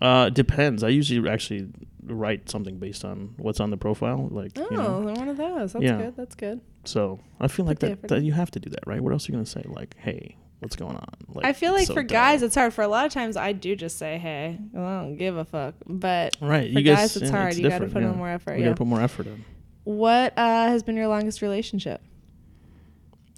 [SPEAKER 3] Uh, depends. I usually actually write something based on what's on the profile, like
[SPEAKER 1] Oh,
[SPEAKER 3] you know.
[SPEAKER 1] they're one of those. That's
[SPEAKER 3] Yeah.
[SPEAKER 1] good. That's good.
[SPEAKER 3] So I feel
[SPEAKER 1] Put
[SPEAKER 3] like
[SPEAKER 1] the
[SPEAKER 3] that,
[SPEAKER 1] effort
[SPEAKER 3] that
[SPEAKER 1] in.
[SPEAKER 3] you have to do that, right? What else are you gonna say? Like, hey, what's going on? Like,
[SPEAKER 1] I feel
[SPEAKER 3] it's
[SPEAKER 1] like
[SPEAKER 3] so
[SPEAKER 1] for
[SPEAKER 3] dumb.
[SPEAKER 1] guys, it's hard. For a lot of times, I do just say, "Hey, I don't give a fuck." But
[SPEAKER 3] right?
[SPEAKER 1] for
[SPEAKER 3] you guys,
[SPEAKER 1] guys, it's
[SPEAKER 3] yeah,
[SPEAKER 1] hard. you got to
[SPEAKER 3] different,
[SPEAKER 1] put
[SPEAKER 3] yeah.
[SPEAKER 1] in more effort.
[SPEAKER 3] You
[SPEAKER 1] yeah.
[SPEAKER 3] gotta put more effort in.
[SPEAKER 1] what uh, has been your longest relationship?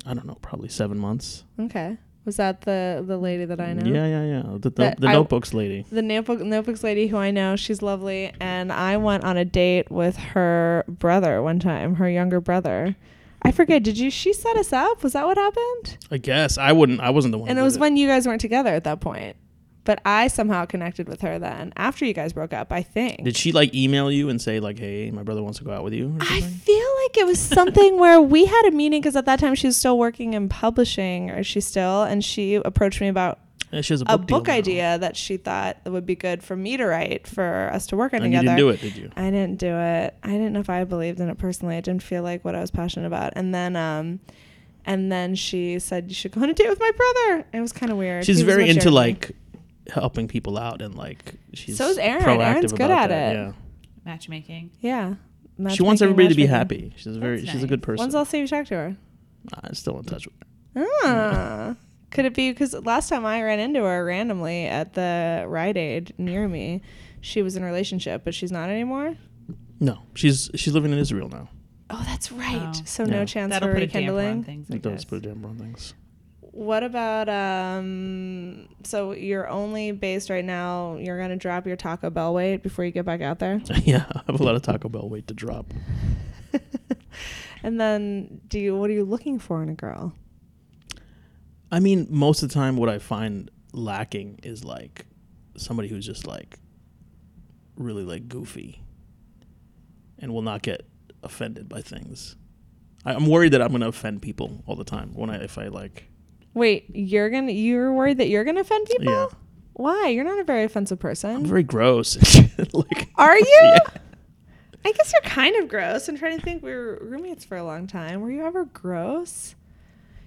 [SPEAKER 3] I don't know, probably seven months.
[SPEAKER 1] Okay, was that the the lady that I know?
[SPEAKER 3] Yeah, yeah, yeah. The, the,
[SPEAKER 1] That
[SPEAKER 3] the
[SPEAKER 1] I-
[SPEAKER 3] notebooks lady.
[SPEAKER 1] the notebook notebooks lady who I know, she's lovely, and I went on a date with her brother one time, her younger brother. I forget. Did you? She set us up. Was that what happened?
[SPEAKER 3] I guess I wouldn't. I wasn't the one.
[SPEAKER 1] And
[SPEAKER 3] who
[SPEAKER 1] it
[SPEAKER 3] did
[SPEAKER 1] was when you guys weren't together at that point. But I somehow connected with her then after you guys broke up. I think.
[SPEAKER 3] Did she like email you and say like, "Hey, my brother wants to go out with you"? Or
[SPEAKER 1] I
[SPEAKER 3] something?
[SPEAKER 1] feel like it was
[SPEAKER 3] [laughs]
[SPEAKER 1] something where we had a meeting because at that time she was still working in publishing, or she still, and she approached me about
[SPEAKER 3] Yeah, she has a book,
[SPEAKER 1] a
[SPEAKER 3] deal
[SPEAKER 1] book
[SPEAKER 3] now.
[SPEAKER 1] idea that she thought would be good for me to write for us to work on
[SPEAKER 3] And
[SPEAKER 1] together.
[SPEAKER 3] you didn't do it, did you?
[SPEAKER 1] I didn't do it. I didn't know if I believed in it personally. I didn't feel like what I was passionate about. And then, um, and then she said you should go on a date with my brother. It was kind of weird.
[SPEAKER 3] She's
[SPEAKER 1] He was
[SPEAKER 3] very
[SPEAKER 1] with
[SPEAKER 3] into
[SPEAKER 1] Jeremy.
[SPEAKER 3] like helping people out and like she's
[SPEAKER 1] So is Erin.
[SPEAKER 3] proactive
[SPEAKER 1] Erin's good
[SPEAKER 3] about
[SPEAKER 1] at
[SPEAKER 3] that,
[SPEAKER 1] it.
[SPEAKER 3] Yeah,
[SPEAKER 2] Matchmaking.
[SPEAKER 1] yeah.
[SPEAKER 3] she wants
[SPEAKER 1] matchmaking,
[SPEAKER 3] everybody to be
[SPEAKER 1] matchmaking.
[SPEAKER 3] happy. She's a very
[SPEAKER 2] That's
[SPEAKER 3] she's a good
[SPEAKER 2] nice.
[SPEAKER 3] person.
[SPEAKER 1] When's the last time you talked to her?
[SPEAKER 3] I'm still in touch with her.
[SPEAKER 1] Ah. Could it be because last time I ran into her randomly at the Rite Aid near me, she was in a relationship, but she's not anymore.
[SPEAKER 3] No, she's she's living in Israel now.
[SPEAKER 1] Oh, that's right.
[SPEAKER 2] Oh.
[SPEAKER 1] So
[SPEAKER 3] Yeah.
[SPEAKER 1] no chance
[SPEAKER 2] That'll
[SPEAKER 1] for
[SPEAKER 2] put a damper on
[SPEAKER 1] rekindling.
[SPEAKER 2] things. I
[SPEAKER 3] It does
[SPEAKER 2] guess.
[SPEAKER 3] put a damper on things. [laughs]
[SPEAKER 1] What about um? So you're only based right now. You're gonna drop your Taco Bell weight before you get back out there,
[SPEAKER 3] yeah, I have a lot of Taco Bell weight to drop.
[SPEAKER 1] and then do you? What are you looking for in a girl?
[SPEAKER 3] I mean, most of the time, what I find lacking is like somebody who's just like really like goofy and will not get offended by things. I, I'm worried that I'm going to offend people all the time when I if I like.
[SPEAKER 1] Wait, you're gonna you're worried that you're gonna offend people?
[SPEAKER 3] Yeah,
[SPEAKER 1] Why? You're not a very offensive
[SPEAKER 3] I'm
[SPEAKER 1] person.
[SPEAKER 3] very gross. and [laughs] shit, like,
[SPEAKER 1] [laughs] Are you?
[SPEAKER 3] [laughs]
[SPEAKER 1] I
[SPEAKER 3] Yeah.
[SPEAKER 1] guess you're kind of gross. I'm trying to think. We were roommates for a long time. Were you ever gross?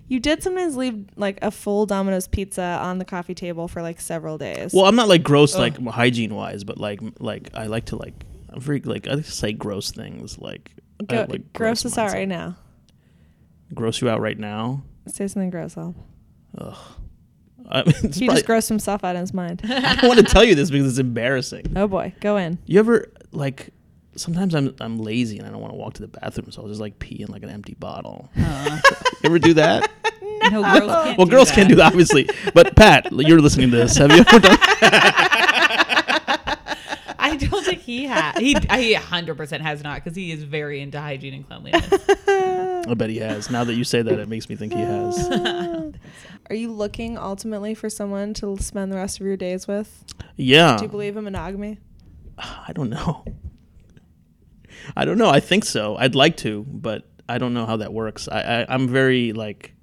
[SPEAKER 1] You did sometimes leave like a full Domino's pizza on the coffee table for like several days.
[SPEAKER 3] Well, I'm not like gross like hygiene wise, but like like I like to like I'm very like I like to say gross things like I
[SPEAKER 1] Go,
[SPEAKER 3] have, like,
[SPEAKER 1] gross us out
[SPEAKER 3] mindset.
[SPEAKER 1] right now.
[SPEAKER 3] Gross you out right now. [laughs]
[SPEAKER 1] Say something gross. Al.
[SPEAKER 3] I, mean, it's
[SPEAKER 1] He
[SPEAKER 3] probably-
[SPEAKER 1] just grossed himself out in his
[SPEAKER 3] [laughs]
[SPEAKER 1] mind.
[SPEAKER 3] I don't want to tell you this because it's embarrassing.
[SPEAKER 1] Oh boy, go in.
[SPEAKER 3] You ever like? Sometimes I'm I'm lazy and I don't want to walk to the bathroom, so I'll just like pee in like an empty
[SPEAKER 2] [laughs]
[SPEAKER 3] bottle.
[SPEAKER 2] Uh,
[SPEAKER 3] You ever do that?
[SPEAKER 2] no, girls [laughs] can't
[SPEAKER 3] well,
[SPEAKER 2] do
[SPEAKER 3] girls
[SPEAKER 2] that.
[SPEAKER 3] can't do that, obviously. But Pat, you're listening to this. Have you ever done?
[SPEAKER 2] [laughs] I don't think he has. He, he 100% has not because he is very into hygiene and cleanliness.
[SPEAKER 3] I bet [laughs] he has. Now that you say that, it makes me think he has.
[SPEAKER 1] [laughs] Are you looking ultimately for someone to spend the rest of your days with?
[SPEAKER 3] Yeah.
[SPEAKER 1] Do you believe in monogamy?
[SPEAKER 3] [sighs] I don't know. I don't know. I think so. I'd like to, but I don't know how that works. I, I I'm very like,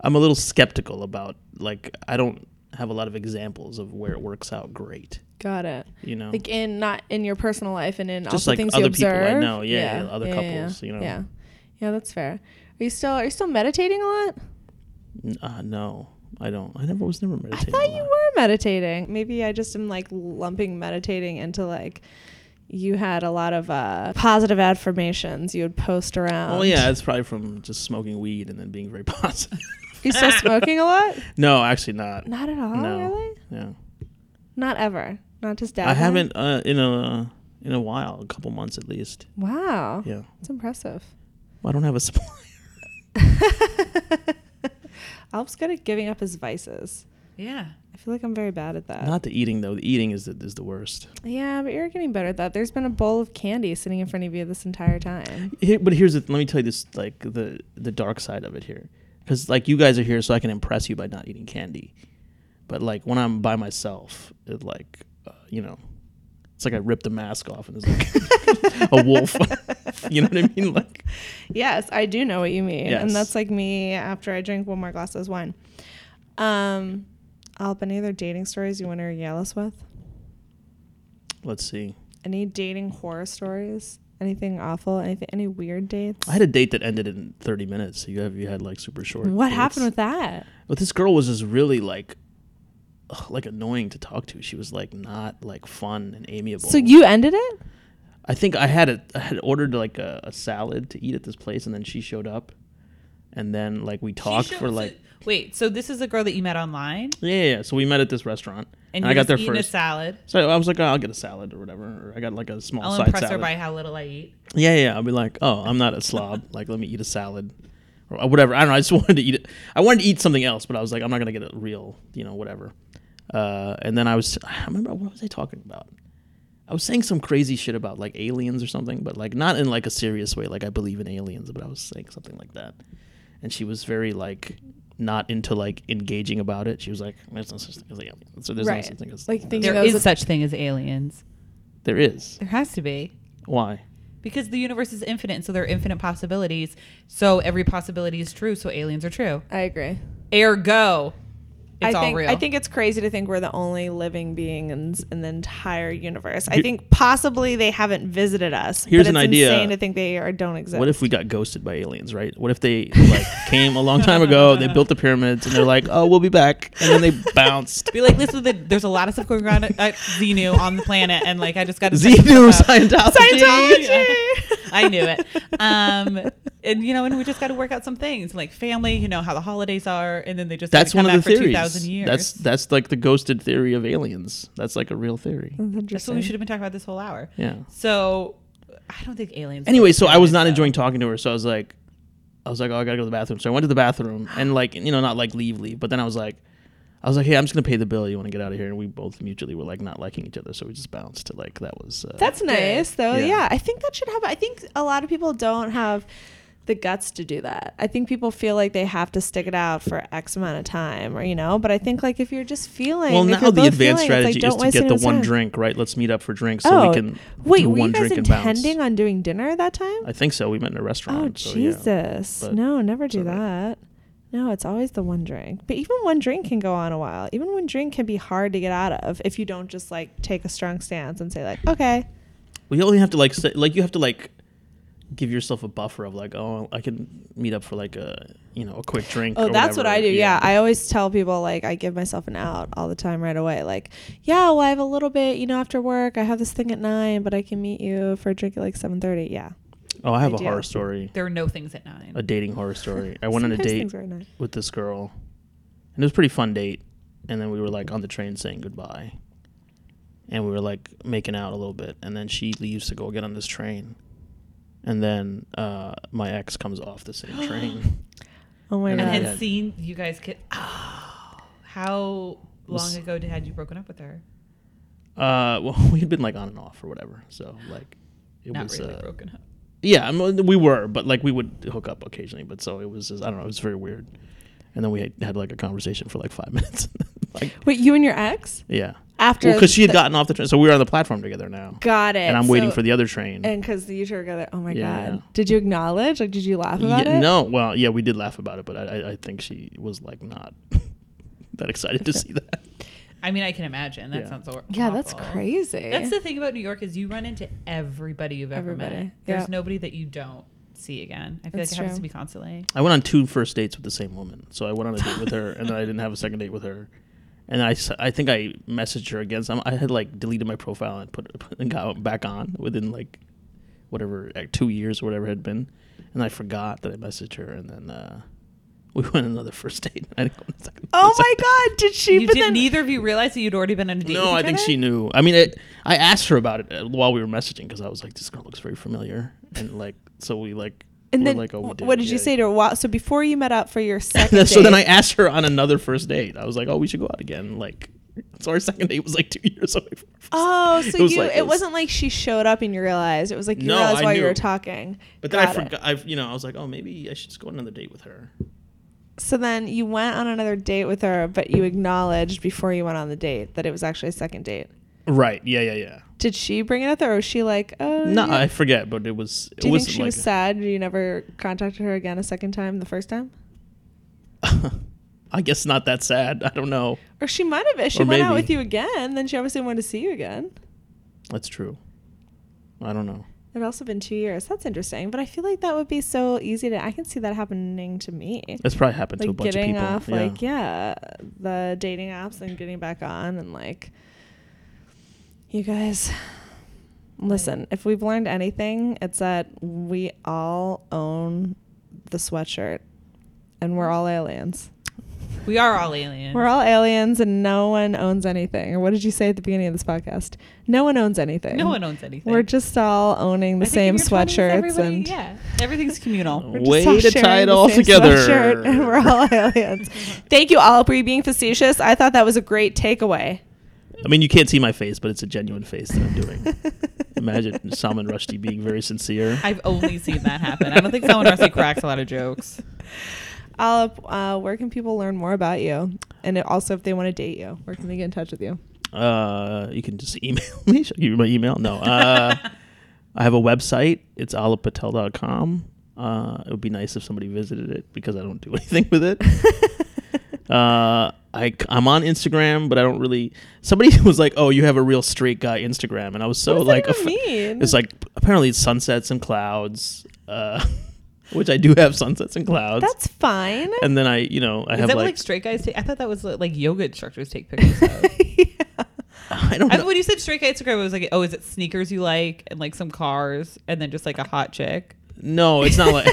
[SPEAKER 3] I'm a little skeptical about like I don't have a lot of examples of where it works out great.
[SPEAKER 1] Got it.
[SPEAKER 3] You know,
[SPEAKER 1] Like in not in your personal life and in
[SPEAKER 3] Just
[SPEAKER 1] also
[SPEAKER 3] like
[SPEAKER 1] things you
[SPEAKER 3] other people I
[SPEAKER 1] observe.
[SPEAKER 3] know. Yeah, yeah, other couples,
[SPEAKER 1] yeah.
[SPEAKER 3] you know.
[SPEAKER 1] Yeah, yeah, that's fair. Are you still are you still meditating a lot?
[SPEAKER 3] N- uh, no, I don't. I never was never
[SPEAKER 1] I
[SPEAKER 3] meditating.
[SPEAKER 1] thought
[SPEAKER 3] a
[SPEAKER 1] you
[SPEAKER 3] lot.
[SPEAKER 1] were meditating. Maybe I just am like lumping meditating into like you had a lot of uh, positive affirmations you would post around.
[SPEAKER 3] Well, yeah, it's probably from just smoking weed and then being very [laughs] positive.
[SPEAKER 1] You
[SPEAKER 3] [laughs]
[SPEAKER 1] still smoking a lot?
[SPEAKER 3] no, actually not.
[SPEAKER 1] Not at all,
[SPEAKER 3] No.
[SPEAKER 1] really?
[SPEAKER 3] Yeah,
[SPEAKER 1] Not ever. Not just dabbing.
[SPEAKER 3] I haven't uh, in a in a while, a couple months at least.
[SPEAKER 1] Wow.
[SPEAKER 3] Yeah,
[SPEAKER 1] That's impressive.
[SPEAKER 3] I don't have a supply.
[SPEAKER 1] Alp's good at giving up his vices.
[SPEAKER 2] [laughs] Yeah.
[SPEAKER 1] I feel like I'm very bad at that.
[SPEAKER 3] Not the eating though. The eating is the is the worst.
[SPEAKER 1] yeah, but you're getting better at that. There's been a bowl of candy sitting in front of you this entire time.
[SPEAKER 3] Here, but here's the, let me tell you this like the the dark side of it here, because like you guys are here so I can impress you by not eating candy, but like when I'm by myself, it like uh, you know, it's like I rip the mask off and it's like [laughs] a wolf. you know what I mean? Like
[SPEAKER 1] Yes, I do know what you mean.
[SPEAKER 3] Yes.
[SPEAKER 1] And that's like me after I drink one more glass of wine. Um, Alp, any other dating stories you want to regale us with?
[SPEAKER 3] let's see.
[SPEAKER 1] Any dating horror stories? Anything awful? Anything? Any weird dates?
[SPEAKER 3] I had a date that ended in 30 minutes. So you have you had like super short.
[SPEAKER 1] what
[SPEAKER 3] dates.
[SPEAKER 1] happened with that?
[SPEAKER 3] But this girl was just really like ugh, like annoying to talk to. She was like not like fun and amiable.
[SPEAKER 1] So you ended it?
[SPEAKER 3] I think I had a, I had ordered like a, a salad to eat at this place, and then she showed up, and then like we talked
[SPEAKER 2] She
[SPEAKER 3] for
[SPEAKER 2] shows
[SPEAKER 3] like
[SPEAKER 2] it- Wait, so this is a girl that you met online,
[SPEAKER 3] yeah, yeah, yeah. So we met at this restaurant,
[SPEAKER 2] and,
[SPEAKER 3] and,
[SPEAKER 2] you
[SPEAKER 3] I got there
[SPEAKER 2] eating
[SPEAKER 3] first.
[SPEAKER 2] a salad.
[SPEAKER 3] so I was like, oh, I'll get a salad or whatever. Or I got like a small
[SPEAKER 2] I'll
[SPEAKER 3] side
[SPEAKER 2] impress her
[SPEAKER 3] salad.
[SPEAKER 2] by how little I eat.
[SPEAKER 3] Yeah, yeah. I'll be like, oh, I'm not
[SPEAKER 1] [laughs]
[SPEAKER 3] a slob. like, let me eat a salad or whatever. I don't know. I just [laughs] wanted to eat it. I wanted to eat something else, but I was like, I'm not gonna get a real, you know, whatever. Uh, and then I was, [sighs] I remember what was I talking about? I was saying some crazy shit about like aliens or something, but like not in like a serious way. Like I believe in aliens, but I was saying something like that. And she was very like not into like engaging about it. She was like, "There's no such thing as aliens." So there's no
[SPEAKER 1] Right.
[SPEAKER 3] such thing as
[SPEAKER 1] Like, thinking
[SPEAKER 2] There
[SPEAKER 1] That was
[SPEAKER 2] is
[SPEAKER 1] a-
[SPEAKER 2] such thing as aliens.
[SPEAKER 3] there is.
[SPEAKER 2] There has to be.
[SPEAKER 3] Why?
[SPEAKER 2] Because the universe is infinite, and so there are infinite possibilities. So every possibility is true, so aliens are true.
[SPEAKER 1] I agree.
[SPEAKER 2] Ergo,
[SPEAKER 1] I
[SPEAKER 2] it's
[SPEAKER 1] think,
[SPEAKER 2] all real.
[SPEAKER 1] I think it's crazy to think we're the only living beings in the entire universe. I think possibly they haven't visited us.
[SPEAKER 3] Here's
[SPEAKER 1] but
[SPEAKER 3] an
[SPEAKER 1] it's
[SPEAKER 3] idea.
[SPEAKER 1] insane to think they are, don't exist.
[SPEAKER 3] What if
[SPEAKER 1] [laughs]
[SPEAKER 3] we got ghosted by aliens, right? What if they like came a long time ago, they built the pyramids, and they're like, "Oh, we'll be back," and then
[SPEAKER 2] [laughs]
[SPEAKER 3] they bounced.
[SPEAKER 2] Be like, listen, the, there's a lot of stuff going around at, at Xenu on the planet, and like I just got to check this
[SPEAKER 3] Xenu
[SPEAKER 2] stuff out.
[SPEAKER 3] [laughs] Scientology.
[SPEAKER 1] Scientology?
[SPEAKER 2] I knew it. Um, and you know, and we just got to work out some things like family, you know, how the holidays are, and then they just
[SPEAKER 3] That's
[SPEAKER 2] gotta
[SPEAKER 3] one
[SPEAKER 2] come
[SPEAKER 3] of the
[SPEAKER 2] back for two thousand
[SPEAKER 3] theories.
[SPEAKER 2] years.
[SPEAKER 3] That's that's like the ghosted theory of aliens. That's like a real theory.
[SPEAKER 2] That's what we should have been talking about this whole hour.
[SPEAKER 3] Yeah.
[SPEAKER 2] So I don't think aliens.
[SPEAKER 3] Anyway, so I was not
[SPEAKER 2] though.
[SPEAKER 3] enjoying talking to her, so I was like, I was like, "Oh, I gotta go to the bathroom." So I went to the bathroom, and like, you know, not like leave, leave, but then I was like. I was like, "Hey, I'm just gonna pay the bill. You want to get out of here?" And we both mutually were like not liking each other, so we just bounced. To like that was uh,
[SPEAKER 1] That's nice, though. Yeah.
[SPEAKER 3] Yeah.
[SPEAKER 1] I think that should happen. I think a lot of people don't have the guts to do that. I think people feel like they have to stick it out for X amount of time, or you know. But I think like if you're just feeling,
[SPEAKER 3] Well,
[SPEAKER 1] if
[SPEAKER 3] now
[SPEAKER 1] you're
[SPEAKER 3] the
[SPEAKER 1] both
[SPEAKER 3] advanced
[SPEAKER 1] feeling,
[SPEAKER 3] strategy
[SPEAKER 1] it's like, don't
[SPEAKER 3] is to
[SPEAKER 1] waste
[SPEAKER 3] get the
[SPEAKER 1] anyone's
[SPEAKER 3] one
[SPEAKER 1] time.
[SPEAKER 3] drink, right? Let's meet up for drinks so
[SPEAKER 1] oh,
[SPEAKER 3] we can
[SPEAKER 1] wait,
[SPEAKER 3] do
[SPEAKER 1] were
[SPEAKER 3] one
[SPEAKER 1] you guys
[SPEAKER 3] drink and bounce.
[SPEAKER 1] intending on doing dinner that time?
[SPEAKER 3] I think so. We met in a
[SPEAKER 1] Oh
[SPEAKER 3] restaurant. Um, so, yeah.
[SPEAKER 1] Jesus!
[SPEAKER 3] But
[SPEAKER 1] no, never do
[SPEAKER 3] it's all
[SPEAKER 1] that. No, it's always the one drink. But even one drink can go on a while. Even one drink can be hard to get out of if you don't just like take a strong stance and say like, okay,
[SPEAKER 3] Well, you only have to like say, like you have to like give yourself a buffer of like, oh, I can meet up for like a you know a quick drink.
[SPEAKER 1] Oh,
[SPEAKER 3] or
[SPEAKER 1] that's what
[SPEAKER 3] whatever.
[SPEAKER 1] I do. Yeah. I always tell people like I give myself an out all the time right away. Like, yeah, well, I have a little bit, you know, after work. I have this thing at nine, but I can meet you for a drink at like seven thirty. Yeah.
[SPEAKER 3] oh, I have
[SPEAKER 1] I
[SPEAKER 3] a
[SPEAKER 1] do.
[SPEAKER 3] horror story,
[SPEAKER 2] There are no things at nine.
[SPEAKER 3] a dating horror story. I went on a
[SPEAKER 1] Sometimes
[SPEAKER 3] date
[SPEAKER 1] things are at nine.
[SPEAKER 3] with this girl, and it was a pretty fun date. And then we were like on the train saying goodbye, and we were like making out a little bit. And then she leaves to go get on this train, and then uh, my ex comes off the same
[SPEAKER 2] [gasps]
[SPEAKER 3] train.
[SPEAKER 1] Oh my
[SPEAKER 3] And
[SPEAKER 2] and
[SPEAKER 1] god.
[SPEAKER 3] then-
[SPEAKER 2] had
[SPEAKER 3] Yeah.
[SPEAKER 2] seen you guys get. Oh, how long
[SPEAKER 3] Was-
[SPEAKER 2] ago did, had you broken up with her?
[SPEAKER 3] Uh, well, [laughs] we had been like on and off or whatever, so like it
[SPEAKER 2] Not
[SPEAKER 3] was
[SPEAKER 2] really
[SPEAKER 3] uh,
[SPEAKER 2] broken up.
[SPEAKER 3] yeah, I mean, we were, but like we would hook up occasionally. But so it was just I don't know, it was very weird. And then we had, had like a conversation for like
[SPEAKER 2] [laughs]
[SPEAKER 3] five [laughs] minutes, like
[SPEAKER 1] Wait, you and your ex
[SPEAKER 3] yeah,
[SPEAKER 1] after?
[SPEAKER 3] because she had
[SPEAKER 1] the-
[SPEAKER 3] gotten off the train, so we were on the platform together now,
[SPEAKER 1] Got it.
[SPEAKER 3] and I'm waiting
[SPEAKER 1] So-
[SPEAKER 3] for the other train.
[SPEAKER 1] And because you two are together. Oh my
[SPEAKER 3] Mm. Yeah,
[SPEAKER 1] god.
[SPEAKER 3] yeah.
[SPEAKER 1] Did you acknowledge? Like, did you laugh about
[SPEAKER 3] Yeah,
[SPEAKER 1] it?
[SPEAKER 3] No, well, yeah, we did laugh about it, but I, I, I think she was like not [laughs] that excited
[SPEAKER 1] [laughs]
[SPEAKER 3] to see that.
[SPEAKER 2] I mean, I can imagine. That
[SPEAKER 3] Yeah.
[SPEAKER 2] sounds hor-
[SPEAKER 1] Yeah, that's
[SPEAKER 2] awful.
[SPEAKER 1] crazy.
[SPEAKER 2] That's the thing about New York is you run into everybody you've ever
[SPEAKER 1] Everybody.
[SPEAKER 2] met. There's
[SPEAKER 1] Yeah.
[SPEAKER 2] nobody that you don't see again. I feel
[SPEAKER 1] That's
[SPEAKER 2] like it happens
[SPEAKER 1] true.
[SPEAKER 2] to me constantly.
[SPEAKER 3] I went on two first dates with the same woman. So I went on a date with her, and then I didn't have a second date with her. And I, s- I think I messaged her again. So I'm- I had like deleted my profile and put and got back on within like whatever like two years or whatever it had been, and I forgot that I messaged her, and then uh, we went on another [laughs] first date. I didn't go on a second.
[SPEAKER 1] Oh
[SPEAKER 3] a second-
[SPEAKER 1] my
[SPEAKER 3] [laughs]
[SPEAKER 1] god. Did she?
[SPEAKER 2] you
[SPEAKER 1] but
[SPEAKER 2] did
[SPEAKER 1] then-
[SPEAKER 2] neither of you realized that you'd already been on a date.
[SPEAKER 3] No, I think she knew. I mean, it, I asked her about it uh, while we were messaging because I was like, "This girl looks very familiar," and like, so we like,
[SPEAKER 1] And
[SPEAKER 3] we're
[SPEAKER 1] then,
[SPEAKER 3] like, oh, we
[SPEAKER 1] wh- what did you
[SPEAKER 3] yeah. [laughs]
[SPEAKER 1] say to her? Wow. So before you met up for your second
[SPEAKER 3] so then
[SPEAKER 1] date-
[SPEAKER 3] I asked her on another first date. I was like, "Oh, we should go out again." Like, so our second date was like two years away. From [laughs]
[SPEAKER 1] Oh, so
[SPEAKER 3] It was
[SPEAKER 1] you
[SPEAKER 3] like-
[SPEAKER 1] it,
[SPEAKER 3] it was-
[SPEAKER 1] wasn't like she showed up and you realized. It was like you
[SPEAKER 3] No,
[SPEAKER 1] realized
[SPEAKER 3] I
[SPEAKER 1] while you
[SPEAKER 3] knew.
[SPEAKER 1] were talking.
[SPEAKER 3] but then I
[SPEAKER 1] Got it.
[SPEAKER 3] forgot. I, you know, I was like, "Oh, maybe I should just go on another date with her."
[SPEAKER 1] So then you went on another date with her, but you acknowledged before you went on the date that it was actually a second date.
[SPEAKER 3] Right? Yeah, yeah, yeah.
[SPEAKER 1] Did she bring it up there or was she like, Oh
[SPEAKER 3] No,
[SPEAKER 1] yeah.
[SPEAKER 3] I forget, but it was.
[SPEAKER 1] Do
[SPEAKER 3] it
[SPEAKER 1] you
[SPEAKER 3] was
[SPEAKER 1] think she was sad you never contacted her again a second time the first time?
[SPEAKER 3] [laughs] I guess not that sad. I don't know.
[SPEAKER 1] Or she might have if she
[SPEAKER 3] Or
[SPEAKER 1] went out
[SPEAKER 3] maybe.
[SPEAKER 1] with you again, then she obviously wanted to see you again.
[SPEAKER 3] That's true. I don't know.
[SPEAKER 1] It'd also been two years. That's interesting. But I feel like that would be so easy to. I can see that happening to me.
[SPEAKER 3] That's probably happened to a
[SPEAKER 1] Like
[SPEAKER 3] bunch of
[SPEAKER 1] getting
[SPEAKER 3] people.
[SPEAKER 1] off,
[SPEAKER 3] yeah.
[SPEAKER 1] like yeah, the dating apps and getting back on, and like, you guys, listen. If we've learned anything, it's that we all own the sweatshirt, and we're all aliens.
[SPEAKER 2] We are all aliens.
[SPEAKER 1] We're all aliens, and no one owns anything. Or what did you say at the beginning of this podcast? No one owns anything.
[SPEAKER 2] no one owns anything.
[SPEAKER 1] We're just all owning the
[SPEAKER 2] I think
[SPEAKER 1] same
[SPEAKER 2] in your 20s,
[SPEAKER 1] sweatshirts
[SPEAKER 2] everybody-
[SPEAKER 1] and
[SPEAKER 2] yeah, everything's communal.
[SPEAKER 1] we're just
[SPEAKER 3] Way
[SPEAKER 1] all
[SPEAKER 3] to
[SPEAKER 1] sharing
[SPEAKER 3] tie it
[SPEAKER 1] the
[SPEAKER 3] all
[SPEAKER 1] same
[SPEAKER 3] together.
[SPEAKER 1] sweatshirt, and we're [laughs] all aliens. Thank you all for being facetious. I thought that was a great takeaway.
[SPEAKER 3] I mean, you can't see my face, but it's a genuine face that
[SPEAKER 1] [laughs]
[SPEAKER 3] I'm doing. Imagine Salman Rushdie being very sincere.
[SPEAKER 2] I've only seen that happen. I don't think someone actually cracks a lot of jokes.
[SPEAKER 1] Olive, uh, where can people learn more about you? And it- also, if they want to date you, where can they get in touch with you?
[SPEAKER 3] Uh, you can just email [laughs] me. Should I give you my email? No. Uh, I have a website. It's alipatel.com. Uh, it would be nice if somebody visited it because I don't do [laughs] anything
[SPEAKER 1] [laughs]
[SPEAKER 3] with it. uh, I, am on Instagram, but I don't really. Somebody [laughs] was like, "Oh, you have a real straight guy Instagram," and I was so
[SPEAKER 1] what does
[SPEAKER 3] like,
[SPEAKER 1] that
[SPEAKER 3] offe-
[SPEAKER 1] even mean?
[SPEAKER 3] it's like apparently it's sunsets and clouds, uh, [laughs] which I do have sunsets and clouds.
[SPEAKER 1] That's fine.
[SPEAKER 3] and then I, you know, I
[SPEAKER 2] Is
[SPEAKER 3] have
[SPEAKER 2] that what,
[SPEAKER 3] like,
[SPEAKER 2] like, straight guys take? I thought that was what, like yoga instructors take pictures of.
[SPEAKER 3] [sighs] I don't
[SPEAKER 2] I,
[SPEAKER 3] know.
[SPEAKER 2] when you said straight guy Instagram, I was like, oh, is it sneakers you like and like some cars and then just like a hot chick?
[SPEAKER 3] No, Oh, it's not like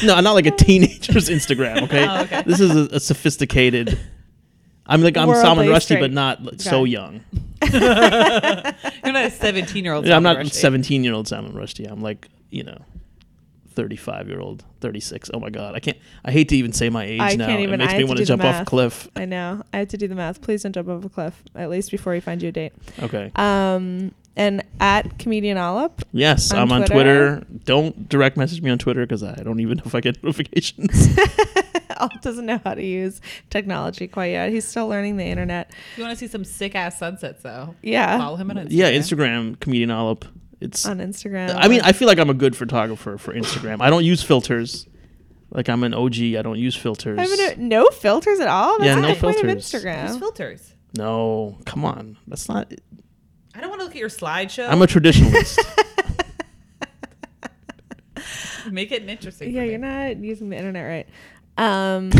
[SPEAKER 1] [laughs]
[SPEAKER 2] [laughs]
[SPEAKER 3] no, not like a teenager's Instagram. Okay,
[SPEAKER 2] Oh, okay.
[SPEAKER 3] this is a, a sophisticated. I'm like I'm Salman
[SPEAKER 1] Worldly
[SPEAKER 3] Rushdie,
[SPEAKER 1] straight.
[SPEAKER 3] but not like, so
[SPEAKER 1] Okay.
[SPEAKER 3] young.
[SPEAKER 2] You're not a 17 year old.
[SPEAKER 3] I'm not 17 year old Salman Rushdie. I'm like you know, 35 year old, 36. Oh my god, I can't. I hate to even say my age
[SPEAKER 1] I
[SPEAKER 3] now.
[SPEAKER 1] can't even-
[SPEAKER 3] it makes
[SPEAKER 1] I
[SPEAKER 3] me
[SPEAKER 1] have to
[SPEAKER 3] want
[SPEAKER 1] do the
[SPEAKER 3] to jump off a
[SPEAKER 1] math.
[SPEAKER 3] cliff.
[SPEAKER 1] [laughs] I know. I had to do the math. Please don't jump off a cliff, at least before you find you a date.
[SPEAKER 3] Okay.
[SPEAKER 1] Um, and at comedian [laughs] Olive,
[SPEAKER 3] Yes,
[SPEAKER 1] on
[SPEAKER 3] I'm on
[SPEAKER 1] Twitter.
[SPEAKER 3] Twitter. Don't direct message me on Twitter because I don't even know if I get [laughs] notifications.
[SPEAKER 1] Olive doesn't know how to use technology quite yet. He's still learning the internet.
[SPEAKER 2] You want to see some sick ass sunsets though?
[SPEAKER 1] Yeah.
[SPEAKER 2] Follow him on Instagram.
[SPEAKER 3] yeah, Instagram comedian Olip. It's
[SPEAKER 1] on Instagram.
[SPEAKER 3] I mean, I feel like I'm a good photographer for Instagram. I don't use filters. Like I'm an OG. I don't use filters.
[SPEAKER 1] I mean, no filters at all. That's
[SPEAKER 3] Yeah,
[SPEAKER 1] not
[SPEAKER 3] no
[SPEAKER 1] the point of
[SPEAKER 3] filters.
[SPEAKER 2] Use
[SPEAKER 1] Instagram.
[SPEAKER 2] filters.
[SPEAKER 3] no, come on. That's not.
[SPEAKER 2] I don't want to look at your slideshow.
[SPEAKER 3] I'm
[SPEAKER 1] [laughs]
[SPEAKER 3] a traditionalist.
[SPEAKER 2] Make it interesting.
[SPEAKER 1] Yeah,
[SPEAKER 2] for me.
[SPEAKER 1] you're not using the internet right.
[SPEAKER 3] [laughs]
[SPEAKER 1] Um,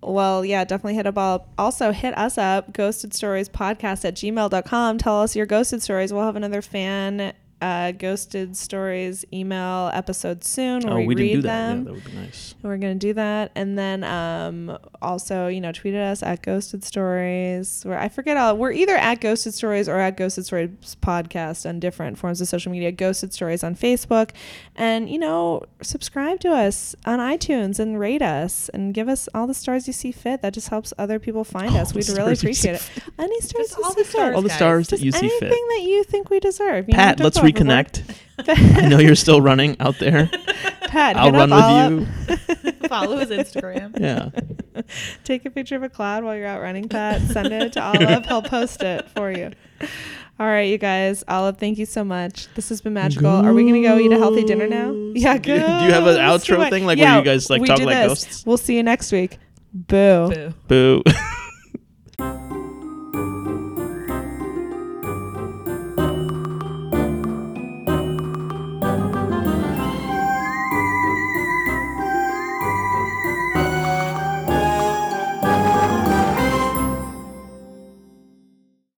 [SPEAKER 1] well, yeah, definitely hit up all. Also, hit us up, ghosted stories podcast at gmail.com. Tell us your ghosted stories. We'll have another fan uh, ghosted stories email episode soon where
[SPEAKER 3] oh,
[SPEAKER 1] we,
[SPEAKER 3] we
[SPEAKER 1] read
[SPEAKER 3] didn't do that.
[SPEAKER 1] them.
[SPEAKER 3] Yeah, that would be nice.
[SPEAKER 1] We're gonna do that, and then um, also you know tweet at us at Ghosted Stories. Where I forget all we're either at Ghosted Stories or at Ghosted Stories podcast on different forms of social media. Ghosted Stories on Facebook, and you know subscribe to us on iTunes and rate us and give us all the stars you see fit. That just helps other people find us.
[SPEAKER 3] All the
[SPEAKER 1] We'd really
[SPEAKER 3] stars you see
[SPEAKER 1] appreciate it. Any stars,
[SPEAKER 2] Just
[SPEAKER 1] you
[SPEAKER 2] all
[SPEAKER 1] see
[SPEAKER 2] the stars.
[SPEAKER 1] fit.
[SPEAKER 3] All the
[SPEAKER 2] guys.
[SPEAKER 3] stars that
[SPEAKER 1] Just
[SPEAKER 3] you see
[SPEAKER 1] anything
[SPEAKER 3] fit.
[SPEAKER 1] that you think we deserve. You know,
[SPEAKER 3] Pat,
[SPEAKER 1] don't
[SPEAKER 3] let's
[SPEAKER 1] go overboard.
[SPEAKER 3] reconnect.
[SPEAKER 1] [laughs]
[SPEAKER 3] I know you're still running out there.
[SPEAKER 1] Pat,
[SPEAKER 3] I'll
[SPEAKER 1] hit up
[SPEAKER 3] run
[SPEAKER 1] all-
[SPEAKER 3] with you.
[SPEAKER 2] Follow
[SPEAKER 1] [laughs]
[SPEAKER 2] his Instagram.
[SPEAKER 3] Yeah.
[SPEAKER 1] Take a picture of a cloud while you're out running,
[SPEAKER 3] [laughs]
[SPEAKER 1] Pat. Send it to Olive. He'll post it for you. All right, you guys. Olive, thank you so much. This has been magical. Are we gonna go eat a healthy dinner now? Yeah,
[SPEAKER 3] Do you-
[SPEAKER 1] good.
[SPEAKER 3] do you have an outro thing, like, where you guys, like,
[SPEAKER 1] we
[SPEAKER 3] talk
[SPEAKER 1] do
[SPEAKER 3] like
[SPEAKER 1] this.
[SPEAKER 3] ghosts?
[SPEAKER 1] Oh. We'll see you next week. Boo.
[SPEAKER 2] Boo.
[SPEAKER 3] Boo.